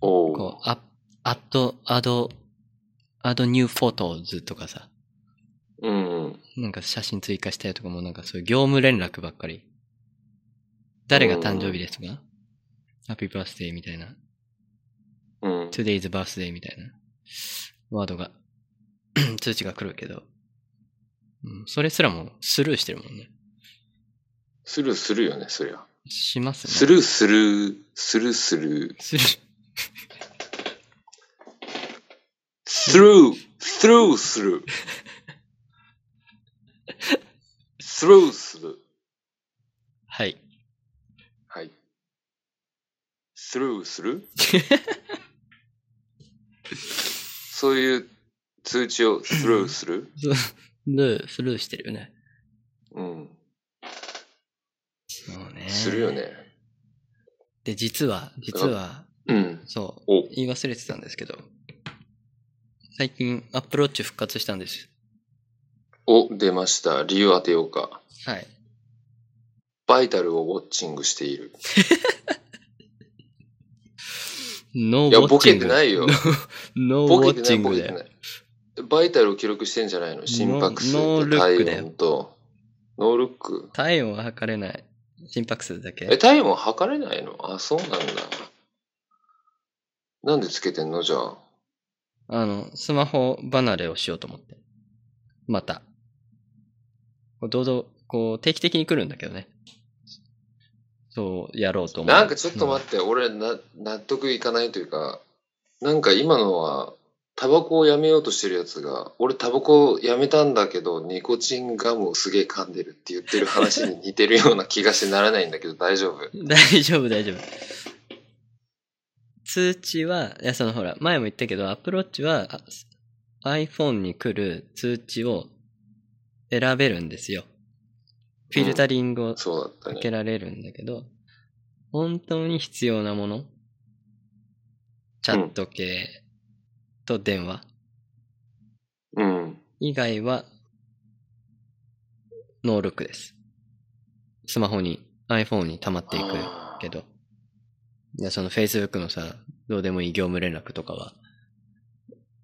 Speaker 1: おう。
Speaker 2: こう、アアット、アド、アドニューフォトーズとかさ、
Speaker 1: うん。
Speaker 2: なんか写真追加したりとかも、なんかそういう業務連絡ばっかり。誰が誕生日ですかハッピーバースデーみたいな。
Speaker 1: うん。
Speaker 2: today's birthday みたいなワードが、 通知が来るけど、うん、それすらもスルーしてるもんね。
Speaker 1: スルーするよね、そりゃ。
Speaker 2: しますね。
Speaker 1: スルーする、スルーする。
Speaker 2: スルー。
Speaker 1: スルー、スルーする。スルーする。
Speaker 2: はい。
Speaker 1: はい。スルーするそういう通知をスルーする
Speaker 2: スルー、スルーしてるよね。
Speaker 1: うん。
Speaker 2: そうね。
Speaker 1: するよ。ね。
Speaker 2: で、実は、実は、
Speaker 1: うん。
Speaker 2: そう、
Speaker 1: お、
Speaker 2: 言い忘れてたんですけど、最近、アップローチ復活したんです。
Speaker 1: お、出ました。理由当てようか。
Speaker 2: はい。
Speaker 1: バイタルをウォッチングしている。
Speaker 2: ノ
Speaker 1: い
Speaker 2: ー
Speaker 1: や、
Speaker 2: ウォッ
Speaker 1: ボ
Speaker 2: チ
Speaker 1: ケ
Speaker 2: ング。
Speaker 1: てないよ。
Speaker 2: ノー
Speaker 1: ボ
Speaker 2: ウォ
Speaker 1: ケて
Speaker 2: ッチ
Speaker 1: ない、
Speaker 2: ン
Speaker 1: ボ
Speaker 2: グ
Speaker 1: ケ
Speaker 2: で
Speaker 1: てない。バイタルを記録してんじゃないの心拍数
Speaker 2: ノー
Speaker 1: と
Speaker 2: ルックだ
Speaker 1: 体
Speaker 2: よ
Speaker 1: 温と、ノールック。
Speaker 2: 体温は測れない。心拍数だけ。
Speaker 1: え、体温測れないのあ、そうなんだ。なんでつけてんのじゃあ。
Speaker 2: あの、スマホ離れをしようと思って。また。こう堂々、こう、定期的に来るんだけどね。そう、やろうと思う。
Speaker 1: なんかちょっと待って、俺な、納得いかないというか、なんか今のは、タバコをやめようとしてるやつが、俺タバコやめたんだけど、ニコチンガムをすげえ噛んでるって言ってる話に似てるような気がしてならないんだけど、大丈夫。
Speaker 2: 大丈夫、大丈夫。通知は、いや、そのほら、前も言ったけど、アプローチは、あ iPhone に来る通知を選べるんですよ。フィルタリングを
Speaker 1: そうだった
Speaker 2: か
Speaker 1: ね。
Speaker 2: けられるんだけど、本当に必要なものチャット系と電話
Speaker 1: うん。
Speaker 2: 以外は、ノールックです。スマホに、iPhone に溜まっていく
Speaker 1: あー
Speaker 2: けど。いや、その Facebook のさ、どうでもいい業務連絡とかは、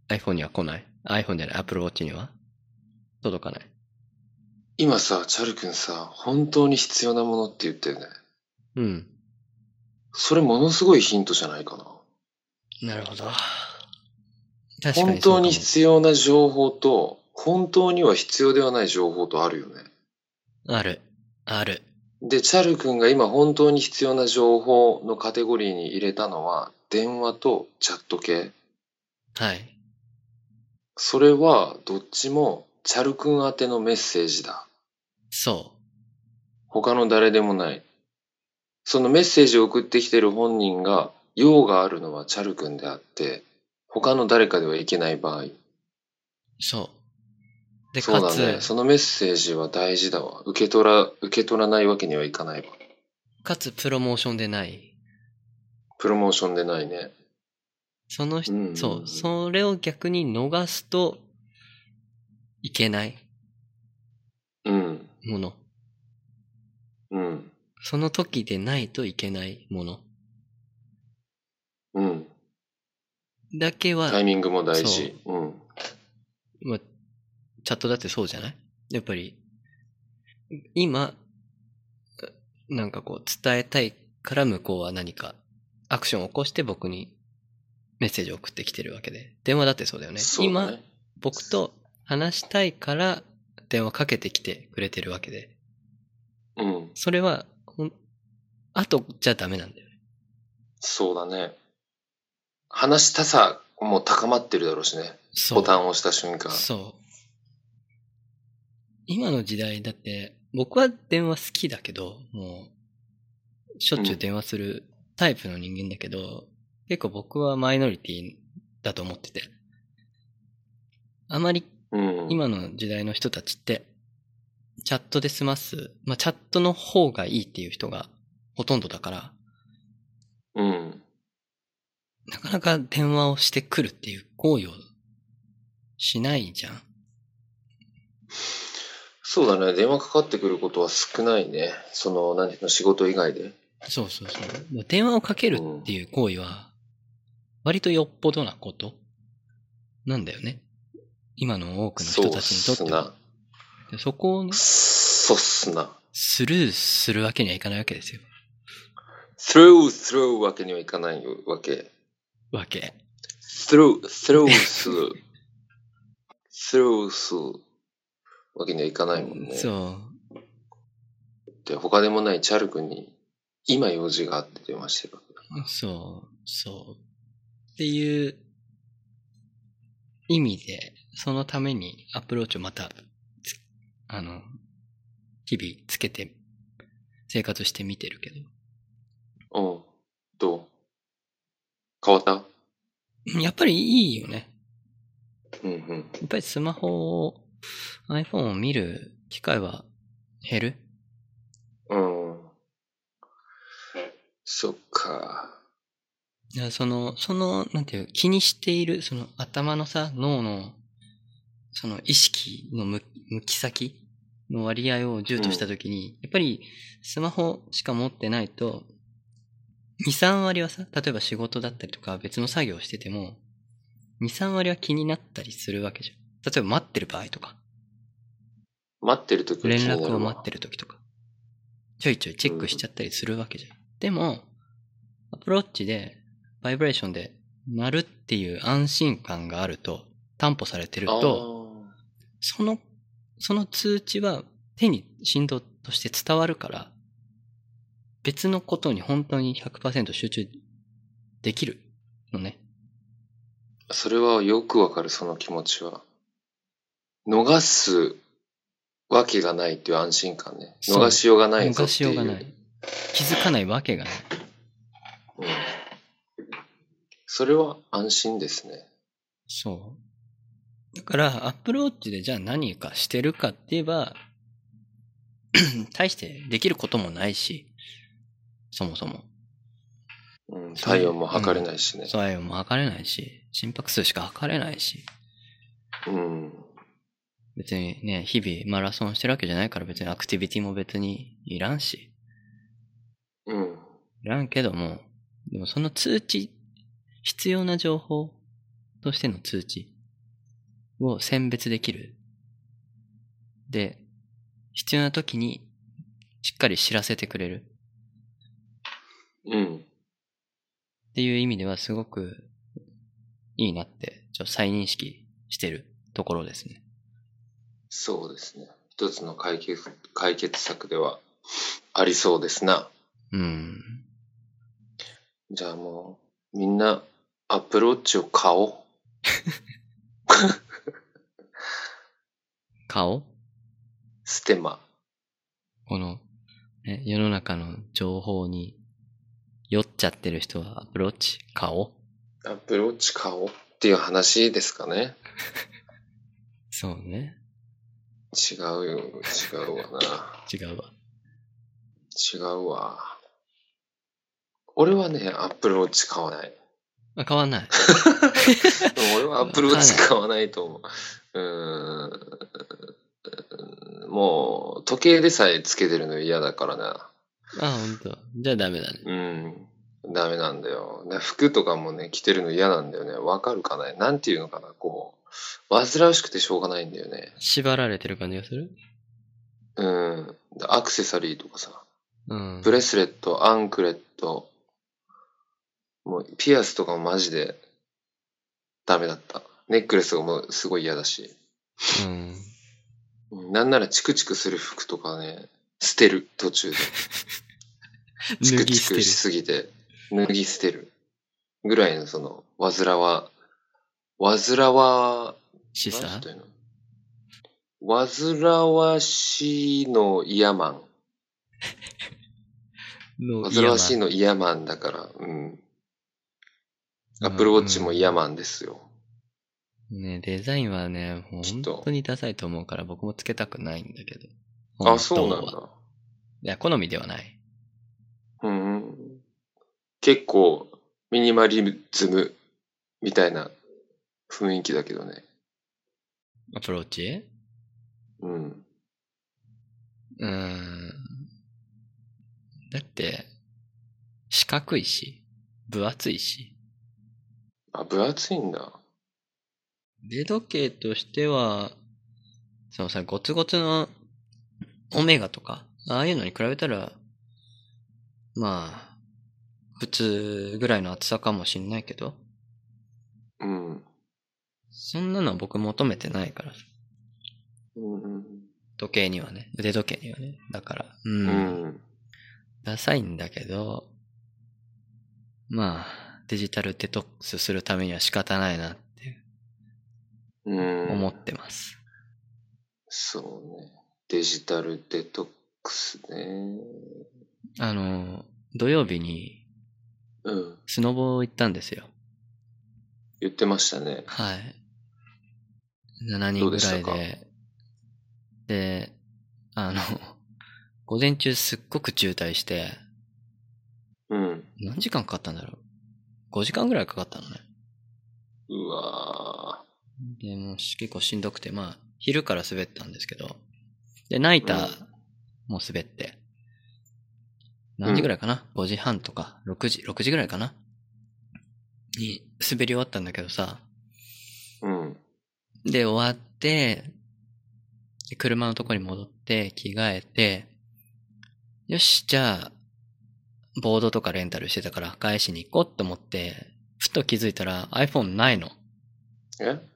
Speaker 2: iPhone には来ない。iPhone じゃない、Apple Watch には届かない。
Speaker 1: 今さ、チャル君さ、本当に必要なものって言ったよね。
Speaker 2: うん。
Speaker 1: それものすごいヒントじゃないかな。
Speaker 2: なるほど。確か
Speaker 1: 本
Speaker 2: にそう
Speaker 1: 当
Speaker 2: かも
Speaker 1: に必要な情報と、本当には必要ではない情報とあるよね。
Speaker 2: ある。ある。
Speaker 1: で、チャル君が今本当に必要な情報のカテゴリーに入れたのは、電話とチャット系。
Speaker 2: はい。
Speaker 1: それは、どっちも、チャル君宛てのメッセージだ。
Speaker 2: そ
Speaker 1: 他の誰でもない。そのメッセージを送ってきてる本人が、用があるのはチャル君であって、他の誰かではいけない場合。
Speaker 2: う。そう。で、
Speaker 1: そ
Speaker 2: か
Speaker 1: うだ
Speaker 2: つ、
Speaker 1: ね。そのメッセージは大事だわ。受け取ら、受け取らないわけにはいかないわ。
Speaker 2: かつプロモーションでない。
Speaker 1: プロモーションでないね。
Speaker 2: その人、
Speaker 1: うんうんうん
Speaker 2: そう、それを逆に逃すといけない
Speaker 1: うん。
Speaker 2: もの。
Speaker 1: うん。
Speaker 2: その時でないといけないもの。
Speaker 1: うん。
Speaker 2: だけは、
Speaker 1: タイミングも大事。うん。
Speaker 2: まあ、チャットだってそうじゃないやっぱり、今、なんかこう伝えたいから向こうは何かアクションを起こして僕にメッセージを送ってきてるわけで。電話だってそうだよね。
Speaker 1: そうだ
Speaker 2: 今、
Speaker 1: ね。
Speaker 2: 僕と話したいから電話かけてきてくれてるわけで。
Speaker 1: うん。
Speaker 2: それは、ほん、後じゃダメなんだよね。
Speaker 1: そうだね。話したさも高まってるだろうしね。
Speaker 2: そう。
Speaker 1: ボタンを押した瞬間。
Speaker 2: そう。今の時代だって、僕は電話好きだけど、もう、しょっちゅう電話するタイプの人間だけど、結構僕はマイノリティだと思ってて。あまり
Speaker 1: うん。
Speaker 2: 今の時代の人たちって、チャットで済ます、まあ、チャットの方がいいっていう人がほとんどだから、
Speaker 1: うん。
Speaker 2: なかなか電話をしてくるっていう行為をしないじゃん。
Speaker 1: そうだね。電話かかってくることは少ないね。その、何ていうの仕事以外で。
Speaker 2: そうそうそう。電話をかけるっていう行為は、割とよっぽどなことなんだよね。今の多くの
Speaker 1: そ
Speaker 2: 人
Speaker 1: うった
Speaker 2: ちにと
Speaker 1: す
Speaker 2: って
Speaker 1: な
Speaker 2: は。。でそこをね、
Speaker 1: そうっすな。
Speaker 2: スルーするわけにはいかないわけですよ。
Speaker 1: スルースルーわけにはいかないわけ。
Speaker 2: わけ。
Speaker 1: スルー、スルー する。スルーするわけにはいかないもんね。
Speaker 2: そ
Speaker 1: で、他でもないチャル君に、今用事があって電話してるわけだ。
Speaker 2: う、そう、そう。っていう意味で、そのためにアプローチをまたつ、あの、日々つけて生活してみてるけど。
Speaker 1: うん。どう変わった
Speaker 2: やっぱりいいよね。
Speaker 1: うんうん。
Speaker 2: やっぱりスマホを、iPhone を見る機会は減る
Speaker 1: うん。そっか。
Speaker 2: いやその、その、なんていう、気にしている、その頭のさ、脳の、その意識の向向き先の割合を10としたときに、やっぱりスマホしか持ってないと、2、3割はさ、例えば仕事だったりとか別の作業をしてても、2、3割は気になったりするわけじゃん。例えば待ってる場合とか。
Speaker 1: 待ってる時は気
Speaker 2: 連
Speaker 1: になるわ
Speaker 2: 絡を待ってる時とか、ちょいちょいチェックしちゃったりするわけじゃん。でも、アプローチで、バイブレーションで鳴るっていう安心感があると、担保されてると、その、その通知は手に振動として伝わるから、別のことに本当に100%集中できるのね。
Speaker 1: あそれはよくわかる、その気持ちは。逃すわけがないっていう安心感ね。
Speaker 2: そう
Speaker 1: 逃しようがないぞ
Speaker 2: 逃
Speaker 1: っ
Speaker 2: してよ
Speaker 1: いうう。
Speaker 2: がない。気づかないわけがない。
Speaker 1: うんそれは安心ですね。
Speaker 2: そう。だから、アップローチでじゃあ何かしてるかって言えば、 大してできることもないし、そもそも。
Speaker 1: うん、
Speaker 2: そう
Speaker 1: 体温も測れないしね。
Speaker 2: そういうのも測れないし、心拍数しか測れないし、
Speaker 1: うん。
Speaker 2: 別にね、日々マラソンしてるわけじゃないから別にアクティビティも別にいらんし、
Speaker 1: うん。
Speaker 2: いらんけども、でもその通知、必要な情報としての通知を選別できる。で、必要な時にしっかり知らせてくれる。
Speaker 1: うん。
Speaker 2: っていう意味ではすごくいいなって、ちょっと再認識してるところですね。
Speaker 1: そうですね。一つの解決、解決策ではありそうですな。
Speaker 2: うん。
Speaker 1: じゃあもう、みんな、アップローチを買おう。
Speaker 2: 顔
Speaker 1: ステマ。
Speaker 2: この、ね、世の中の情報に酔っちゃってる人はアプローチ、顔
Speaker 1: アップローチ買おうっていう話ですかね。
Speaker 2: そうね。
Speaker 1: 違うよ。違うわな。
Speaker 2: 違うわ。
Speaker 1: 違うわ。俺はね、アップローチ買わない。
Speaker 2: あ、変わんない。
Speaker 1: 俺はアップローチ買わないと思う。うーん。もう、時計でさえつけてるの嫌だからな。
Speaker 2: あ、ほんと。じゃあダメだね。
Speaker 1: うん。ダメなんだよ。で服とかもね、着てるの嫌なんだよね。わかるかななんていうのかなこう、煩わしくてしょうがないんだよね。
Speaker 2: 縛られてる感じがする
Speaker 1: うん。でアクセサリーとかさ、
Speaker 2: うん。
Speaker 1: ブレスレット、アンクレット、もうピアスとかもマジでダメだった。ネックレスがもうすごい嫌だし。
Speaker 2: うん。
Speaker 1: うんなんならチクチクする服とかね、捨てる、途中で。チ
Speaker 2: 脱
Speaker 1: ク
Speaker 2: ぎ
Speaker 1: チ
Speaker 2: 捨て
Speaker 1: ク
Speaker 2: る
Speaker 1: し。すぎて、脱ぎ捨てる。ぐらいのその、わずらわ、わずらわ、
Speaker 2: し
Speaker 1: なん
Speaker 2: さ
Speaker 1: ていうのわずらわしのイヤマン。
Speaker 2: の
Speaker 1: わずらわしいのイヤマンだから、うん。アップルウォッチもイヤマンですよ。
Speaker 2: ね、デザインはね、もう
Speaker 1: ちょっと
Speaker 2: 本当にダサいと思うから僕もつけたくないんだけど。
Speaker 1: あ、そうなん
Speaker 2: 本当は
Speaker 1: だ。
Speaker 2: いや、好みではない。
Speaker 1: うん。結構、ミニマリズムみたいな雰囲気だけどね。
Speaker 2: アプローチ
Speaker 1: うん。
Speaker 2: うーん。だって、四角いし、分厚いし。
Speaker 1: あ、分厚いんだ。
Speaker 2: 腕時計としては、そのさ、ゴツゴツのオメガとか、ああいうのに比べたら、まあ、普通ぐらいの厚さかもしんないけど、
Speaker 1: うん。
Speaker 2: そんなのは僕求めてないから、
Speaker 1: うん。
Speaker 2: 時計にはね、腕時計にはね。だから、う。
Speaker 1: うんん。
Speaker 2: ダサいんだけど、まあ、デジタルデトックスするためには仕方ないなって
Speaker 1: うん。
Speaker 2: 思ってます。
Speaker 1: そうね。デジタルデトックスね。
Speaker 2: あの、土曜日に
Speaker 1: うん。
Speaker 2: スノボ行ったんですよ。
Speaker 1: 言ってましたね。
Speaker 2: はい。7人ぐらい
Speaker 1: どうで
Speaker 2: で。で、あの、 午前中すっごく渋滞して、
Speaker 1: うん。
Speaker 2: 何時間かかったんだろう ?5 時間ぐらいかかったのね。
Speaker 1: うわ
Speaker 2: でもうし結構しんどくて、まあ、昼から滑ったんですけど、で、ナイターも滑って、何時ぐらいかな、?5 時半とか、6時、6時ぐらいかなに滑り終わったんだけどさ、
Speaker 1: ーうん。
Speaker 2: で、終わって、で車のとこに戻って、着替えて、よし、じゃあ、ボードとかレンタルしてたから返しに行こうと思って、ふと気づいたら iPhone ないの。
Speaker 1: え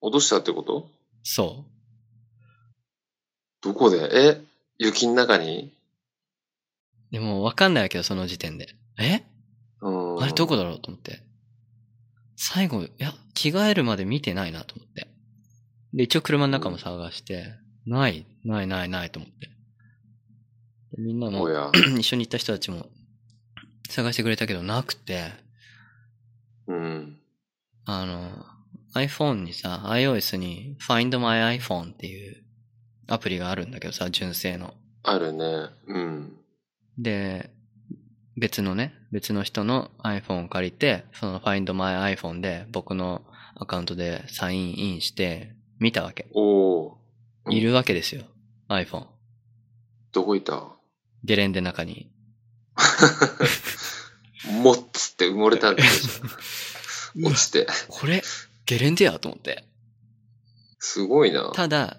Speaker 1: 落としたってこと
Speaker 2: そう。
Speaker 1: どこでえ雪の中に
Speaker 2: でもうわかんないわけよ、その時点で。え
Speaker 1: うん。
Speaker 2: あれどこだろうと思って。最後、いや、着替えるまで見てないなと思って。で、一応車の中も探して、ない、ないないないと思って。でみんな
Speaker 1: お
Speaker 2: も、
Speaker 1: や。
Speaker 2: 一緒に行った人たちも探してくれたけど、なくて、
Speaker 1: うん。
Speaker 2: あの、iPhone にさ、iOS に Find My iPhone っていうアプリがあるんだけどさ、純正の。
Speaker 1: あるね。うん。
Speaker 2: で、別のね、別の人の iPhone を借りて、その Find My iPhone で僕のアカウントでサインインして見たわけ。
Speaker 1: おお。うん
Speaker 2: いるわけですよ。iPhone。
Speaker 1: どこいた
Speaker 2: ゲレンデの中に。
Speaker 1: もっつって埋もれた んでしょ。落ちて。
Speaker 2: これ、ゲレンデやと思って。
Speaker 1: すごいな。
Speaker 2: ただ、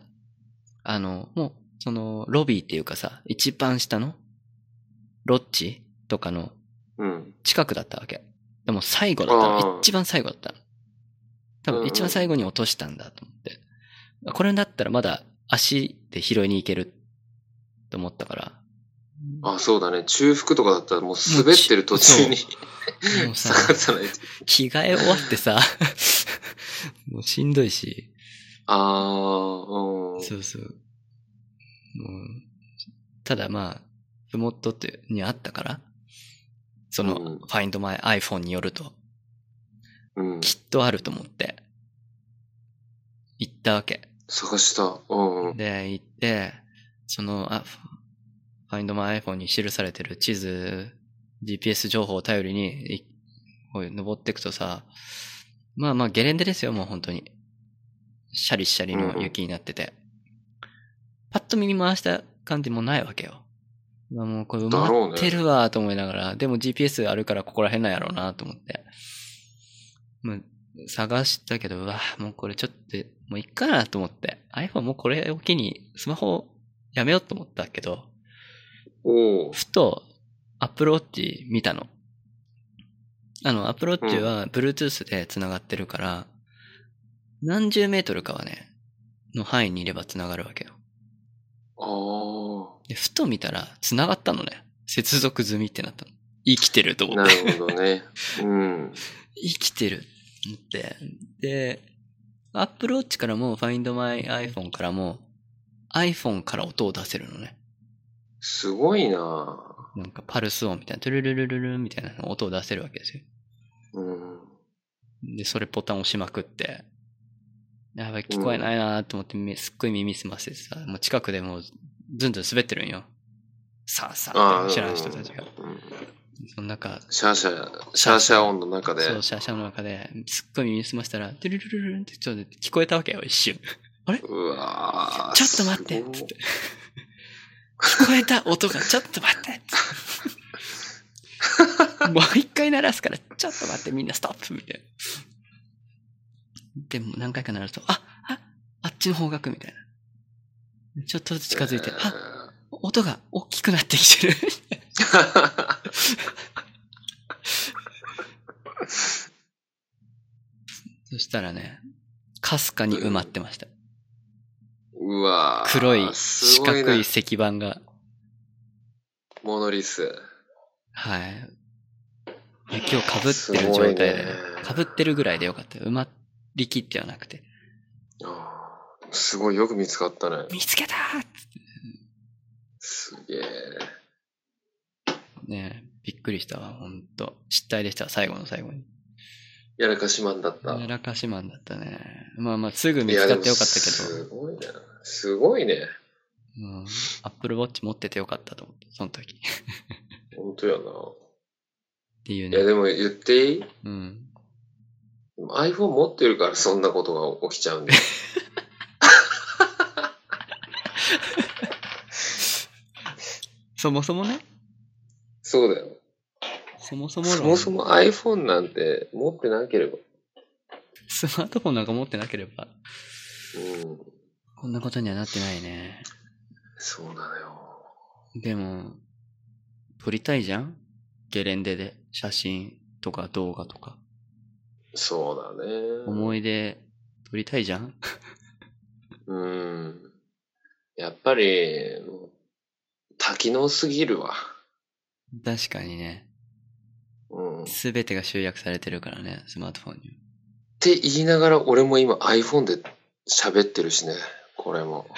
Speaker 2: あの、もう、その、ロビーっていうかさ、一番下の、ロッジとかの
Speaker 1: うん。
Speaker 2: 近くだったわけ。でも最後だった
Speaker 1: あ
Speaker 2: の。
Speaker 1: ー
Speaker 2: 一番最後だったの。多
Speaker 1: うんう
Speaker 2: 分
Speaker 1: ん
Speaker 2: 一番最後に落としたんだと思って。これだったらまだ足で拾いに行けると思ったから。
Speaker 1: あ、そうだね。中腹とかだったらもう滑ってる途中に
Speaker 2: ももうさ
Speaker 1: 下、がさないと。
Speaker 2: 着替え終わってさ、 もうしんどいし。
Speaker 1: ああ、うん。
Speaker 2: そうそう。もうただまあ、ふもっとってにあったから、その、
Speaker 1: うん
Speaker 2: Find My iPhone によると、
Speaker 1: うん。
Speaker 2: きっとあると思って、行ったわけ。
Speaker 1: 探した。うんうん。
Speaker 2: で、行って、その、あ、Find My iPhone に記されてる地図、GPS 情報を頼りに、いこういう登っていくとさ、まあまあゲレンデですよ、もう本当に。シャリシャリの雪になってて。パッと見に回した感じもないわけよ。まあもうこ
Speaker 1: だ
Speaker 2: れ
Speaker 1: ろう
Speaker 2: 埋
Speaker 1: ね
Speaker 2: まってるわと思いながら、でも GPS あるからここら辺なんやろうなと思って。まあ探したけど、うわ、もうこれちょっと、もういっかなと思って。iPhone もうこれを機にスマホやめようと思ったけど、
Speaker 1: おお。
Speaker 2: ふと Apple Watch 見たの。あの、Apple Watch は Bluetooth で繋がってるから、何十メートルかはね、の範囲にいれば繋がるわけよ。
Speaker 1: あ
Speaker 2: で、ふと見たら繋がったのね。接続済みってなったの。生きてると
Speaker 1: あ。
Speaker 2: 思
Speaker 1: な
Speaker 2: って。
Speaker 1: るほどね。うん。
Speaker 2: 生きてると思って。で、Apple Watch からも Find My iPhone からも iPhone から音を出せるのね。
Speaker 1: すごいな。
Speaker 2: なんかパルス音みたいな、トゥルルルルルンみたいな音を出せるわけですよ。
Speaker 1: うん。
Speaker 2: で、それボタン押しまくって、やばい、聞こえないなと思って、みすっごい耳すませてさ、もう近くでもう、ずんずん滑ってるんよ。さあさあ
Speaker 1: あ
Speaker 2: っ
Speaker 1: あ。
Speaker 2: て知らん人たちが。
Speaker 1: うん。
Speaker 2: その中、
Speaker 1: シャーシャー、シャーシャー音の中で。
Speaker 2: そう、シャーシャーの中で、すっごい耳すましたら、ドゥルルルルンってちょっと聞こえたわけよ、一瞬。
Speaker 1: うわー
Speaker 2: ちょっと待って
Speaker 1: すごい
Speaker 2: つって聞こえた音が、ちょっと待ってつ ってもう一回鳴らすから、ちょっと待って、みんなストップみたいな。でも何回か鳴ると、あ、あ、あっちの方角みたいな。ちょっとずつ近づいて、あ、音が大きくなってきてる。 そしたらね、かすかに埋まってました。
Speaker 1: うわー
Speaker 2: 黒い
Speaker 1: す
Speaker 2: 四
Speaker 1: ご
Speaker 2: 角
Speaker 1: ない
Speaker 2: 石板が。
Speaker 1: モノリス。
Speaker 2: はい。雪をかぶってる状態で、
Speaker 1: すごいね
Speaker 2: かぶってるぐらいでよかった。埋まりきってはなくて。
Speaker 1: あーすごいよく見つかったね。
Speaker 2: 見つけたーっつって
Speaker 1: すげえ。
Speaker 2: ねびっくりしたわ、ほんと。失態でしたわ、最後の最後に。
Speaker 1: やらかしマンだった。
Speaker 2: やらかしマンだったね。まあまあ、すぐ
Speaker 1: い
Speaker 2: 見
Speaker 1: や
Speaker 2: つ
Speaker 1: で
Speaker 2: か
Speaker 1: も
Speaker 2: ってよかったけど、
Speaker 1: すごいね。すごいね。
Speaker 2: うん。アップルウォッチ持っててよかったと思って、その時。っ
Speaker 1: 本当や
Speaker 2: ていう
Speaker 1: な。いや
Speaker 2: ね。
Speaker 1: でも言っていい
Speaker 2: うん。
Speaker 1: iPhone 持ってるからそんなことが起きちゃ うんだよ。
Speaker 2: そもそもね、
Speaker 1: そうだよ。
Speaker 2: そもそも
Speaker 1: そ
Speaker 2: 論
Speaker 1: もそも iPhone なんて持ってなければ。
Speaker 2: スマートフォンなんか持ってなければ、
Speaker 1: うん。
Speaker 2: こんなことにはなってないね。
Speaker 1: そうなのよ。
Speaker 2: でも、撮りたいじゃんゲレンデで写真とか動画とか。
Speaker 1: そうだね。
Speaker 2: 思い出撮りたいじゃん
Speaker 1: うん。やっぱり、もう多機能すぎるわ。
Speaker 2: 確かにね。
Speaker 1: うん。
Speaker 2: すべてが集約されてるからね、スマートフォンには。
Speaker 1: って言いながら俺も今 iPhone で喋ってるしね。これ も。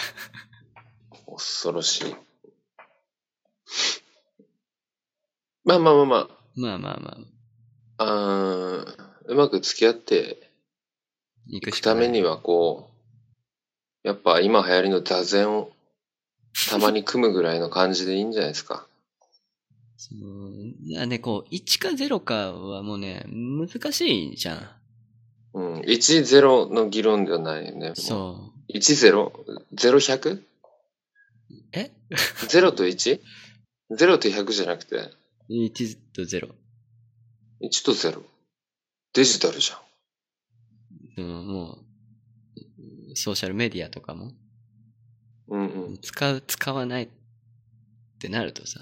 Speaker 1: 恐ろしい。まあまあまあま
Speaker 2: まあまあまあ、
Speaker 1: あ、あーうまく付き合って
Speaker 2: 行
Speaker 1: い
Speaker 2: く
Speaker 1: く
Speaker 2: しか
Speaker 1: た
Speaker 2: ない。
Speaker 1: めにはこう、やっぱ今流行りの座禅をたまに組むぐらいの感じでいいんじゃないですか。
Speaker 2: そのあね、こう、1か0かはもうね、難しいじゃん。
Speaker 1: うん。1-0の議論ではないよね。う。
Speaker 2: そ
Speaker 1: 1-0?0-100?
Speaker 2: う。え
Speaker 1: 0と 1?0 と100じゃなくて、
Speaker 2: ?1 と0。
Speaker 1: 1と0。デジタルじゃん。
Speaker 2: そのもう、ソーシャルメディアとかも、
Speaker 1: うんうん。
Speaker 2: 使う、使わないってなるとさ、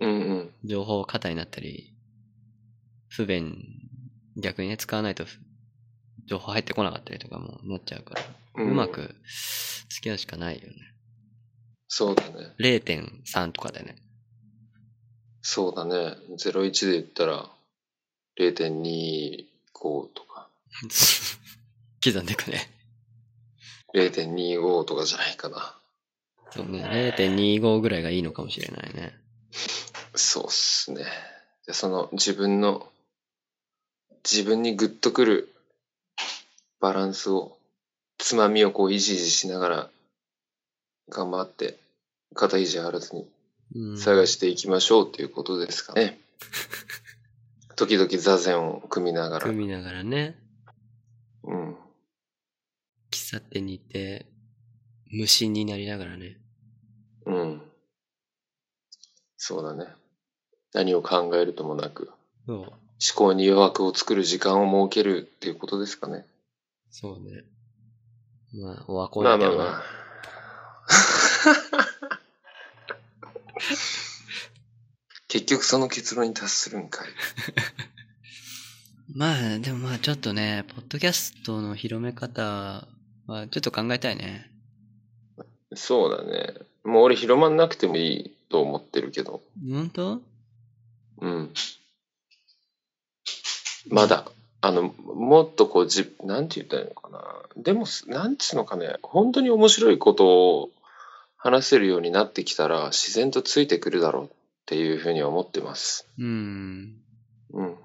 Speaker 1: うんうん。
Speaker 2: 情報過多になったり、不便、逆にね、使わないとふ、情報入ってこなかったりとかもなっちゃうから、
Speaker 1: う
Speaker 2: うんま。く付き合うしかないよね。
Speaker 1: そうだね。
Speaker 2: 0.3とかでね。
Speaker 1: そうだね。01で言ったら、0.25とか、
Speaker 2: 刻んでいくね。
Speaker 1: 0.25とかじゃないかな。
Speaker 2: そうね、0.25ぐらいがいいのかもしれないね。
Speaker 1: そうっすね。でその自分の、自分にグッとくるバランスを、つまみをこう、いじいじしながら、頑張って、肩肘張らずに
Speaker 2: うん
Speaker 1: 探していきましょうっていうことですか ね。時々座禅を組みながら。
Speaker 2: 組みながらね、
Speaker 1: うん。
Speaker 2: 喫茶店に行って、無心になりながらね。
Speaker 1: うん。そうだね。何を考えるともなく、
Speaker 2: そう。
Speaker 1: 思考に余白を作る時間を設けるっていうことですかね。
Speaker 2: そうね。まあ、おわこ
Speaker 1: まあ
Speaker 2: だけ
Speaker 1: まあ
Speaker 2: どね、
Speaker 1: まあ。結局その結論に達するんかい。
Speaker 2: まあ。でもまあちょっとね、ポッドキャストの広め方はちょっと考えたいね。
Speaker 1: そうだね。もう俺広まんなくてもいいと思ってるけど。
Speaker 2: 本当
Speaker 1: うん。まだ、あの、もっとこう、じ、なんて言ったらいいのかな。でもす、なんつうのかね、本当に面白いことを話せるようになってきたら、自然とついてくるだろうっていうふうには思ってます。
Speaker 2: うん。
Speaker 1: うん。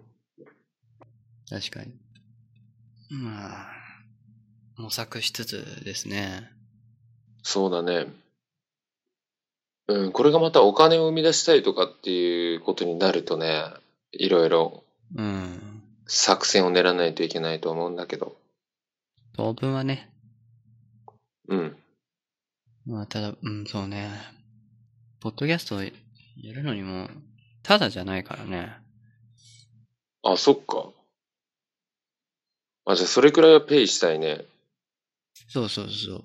Speaker 2: 確かに。まあ、模索しつつですね。
Speaker 1: そうだね。うん、これがまたお金を生み出したいとかっていうことになるとね、いろいろ
Speaker 2: うん。
Speaker 1: 作戦を練らないといけないと思うんだけど。
Speaker 2: 当分はね、
Speaker 1: うん。
Speaker 2: まあ、ただ、うん、そうね。ポッドキャストをやるのにも、ただじゃないからね。
Speaker 1: あ、そっか。あ、じゃあそれくらいはペイしたいね。
Speaker 2: そうそうそう。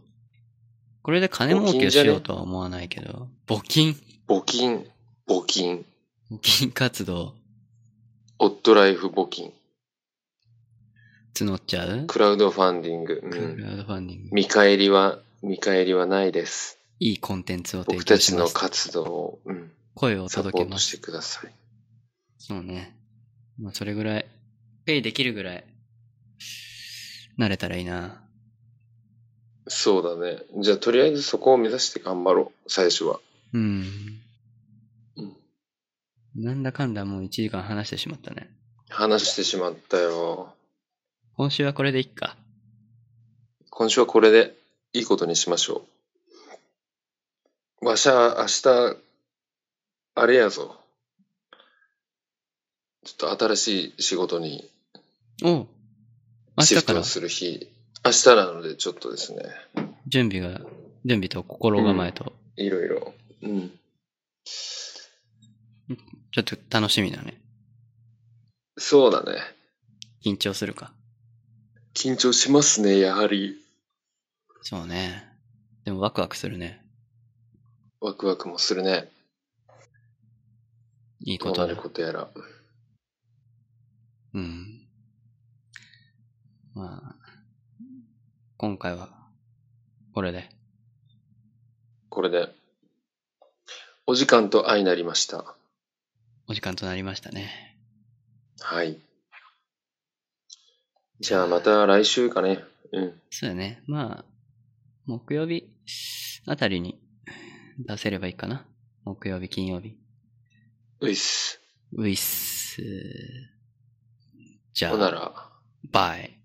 Speaker 2: これで金儲けをしようとは思わないけど、募金、
Speaker 1: 募金、募金、
Speaker 2: 募金活動、
Speaker 1: オットライフ募金、
Speaker 2: 募っちゃう
Speaker 1: クラウドファンディング。う
Speaker 2: ク
Speaker 1: ん、
Speaker 2: ラウドファンディング。
Speaker 1: 見返りは、見返りはないです。
Speaker 2: いいコンテンツを提
Speaker 1: 僕
Speaker 2: 供
Speaker 1: た
Speaker 2: し
Speaker 1: ち
Speaker 2: ま
Speaker 1: の
Speaker 2: す。
Speaker 1: 活動を、うん、
Speaker 2: 声を
Speaker 1: サポ
Speaker 2: 届け
Speaker 1: ート
Speaker 2: ま
Speaker 1: し
Speaker 2: す。
Speaker 1: てください。
Speaker 2: そうね。まあ、それぐらい、ペイできるぐらい、慣れたらいいな。
Speaker 1: そうだね。じゃあとりあえずそこを目指して頑張ろう、最初は。
Speaker 2: うん。
Speaker 1: うん
Speaker 2: なんだかんだもう1時間話してしまったね。
Speaker 1: 話してしまったよ。
Speaker 2: 今週はこれでいっか。
Speaker 1: 今週はこれでいいことにしましょう。わしゃ、明日、あれやぞ。ちょっと新しい仕事に
Speaker 2: おう明
Speaker 1: シ
Speaker 2: 日
Speaker 1: フ
Speaker 2: か
Speaker 1: ト
Speaker 2: ら
Speaker 1: をする日。明日なのでちょっとですね、
Speaker 2: 準備が、準備と心構えと、
Speaker 1: いろいろ。うん。
Speaker 2: ちょっと楽しみだね。
Speaker 1: そうだね。
Speaker 2: 緊張するか。
Speaker 1: 緊張しますね、やはり。
Speaker 2: そうね。でもワクワクするね。
Speaker 1: ワクワクもするね。
Speaker 2: いい
Speaker 1: ど
Speaker 2: こ
Speaker 1: うな
Speaker 2: と
Speaker 1: る
Speaker 2: だ。
Speaker 1: ことやら。
Speaker 2: うん。まあ、今回は、これで。
Speaker 1: これで、お時間と相なりました。
Speaker 2: お時間となりましたね。
Speaker 1: はい。じゃあまた来週かね。うん。
Speaker 2: そうだね。まあ、木曜日あたりに出せればいいかな。木曜日、金曜日。
Speaker 1: ういっす。
Speaker 2: ウィス。じゃ
Speaker 1: ほな
Speaker 2: あ、
Speaker 1: ら、
Speaker 2: バイ。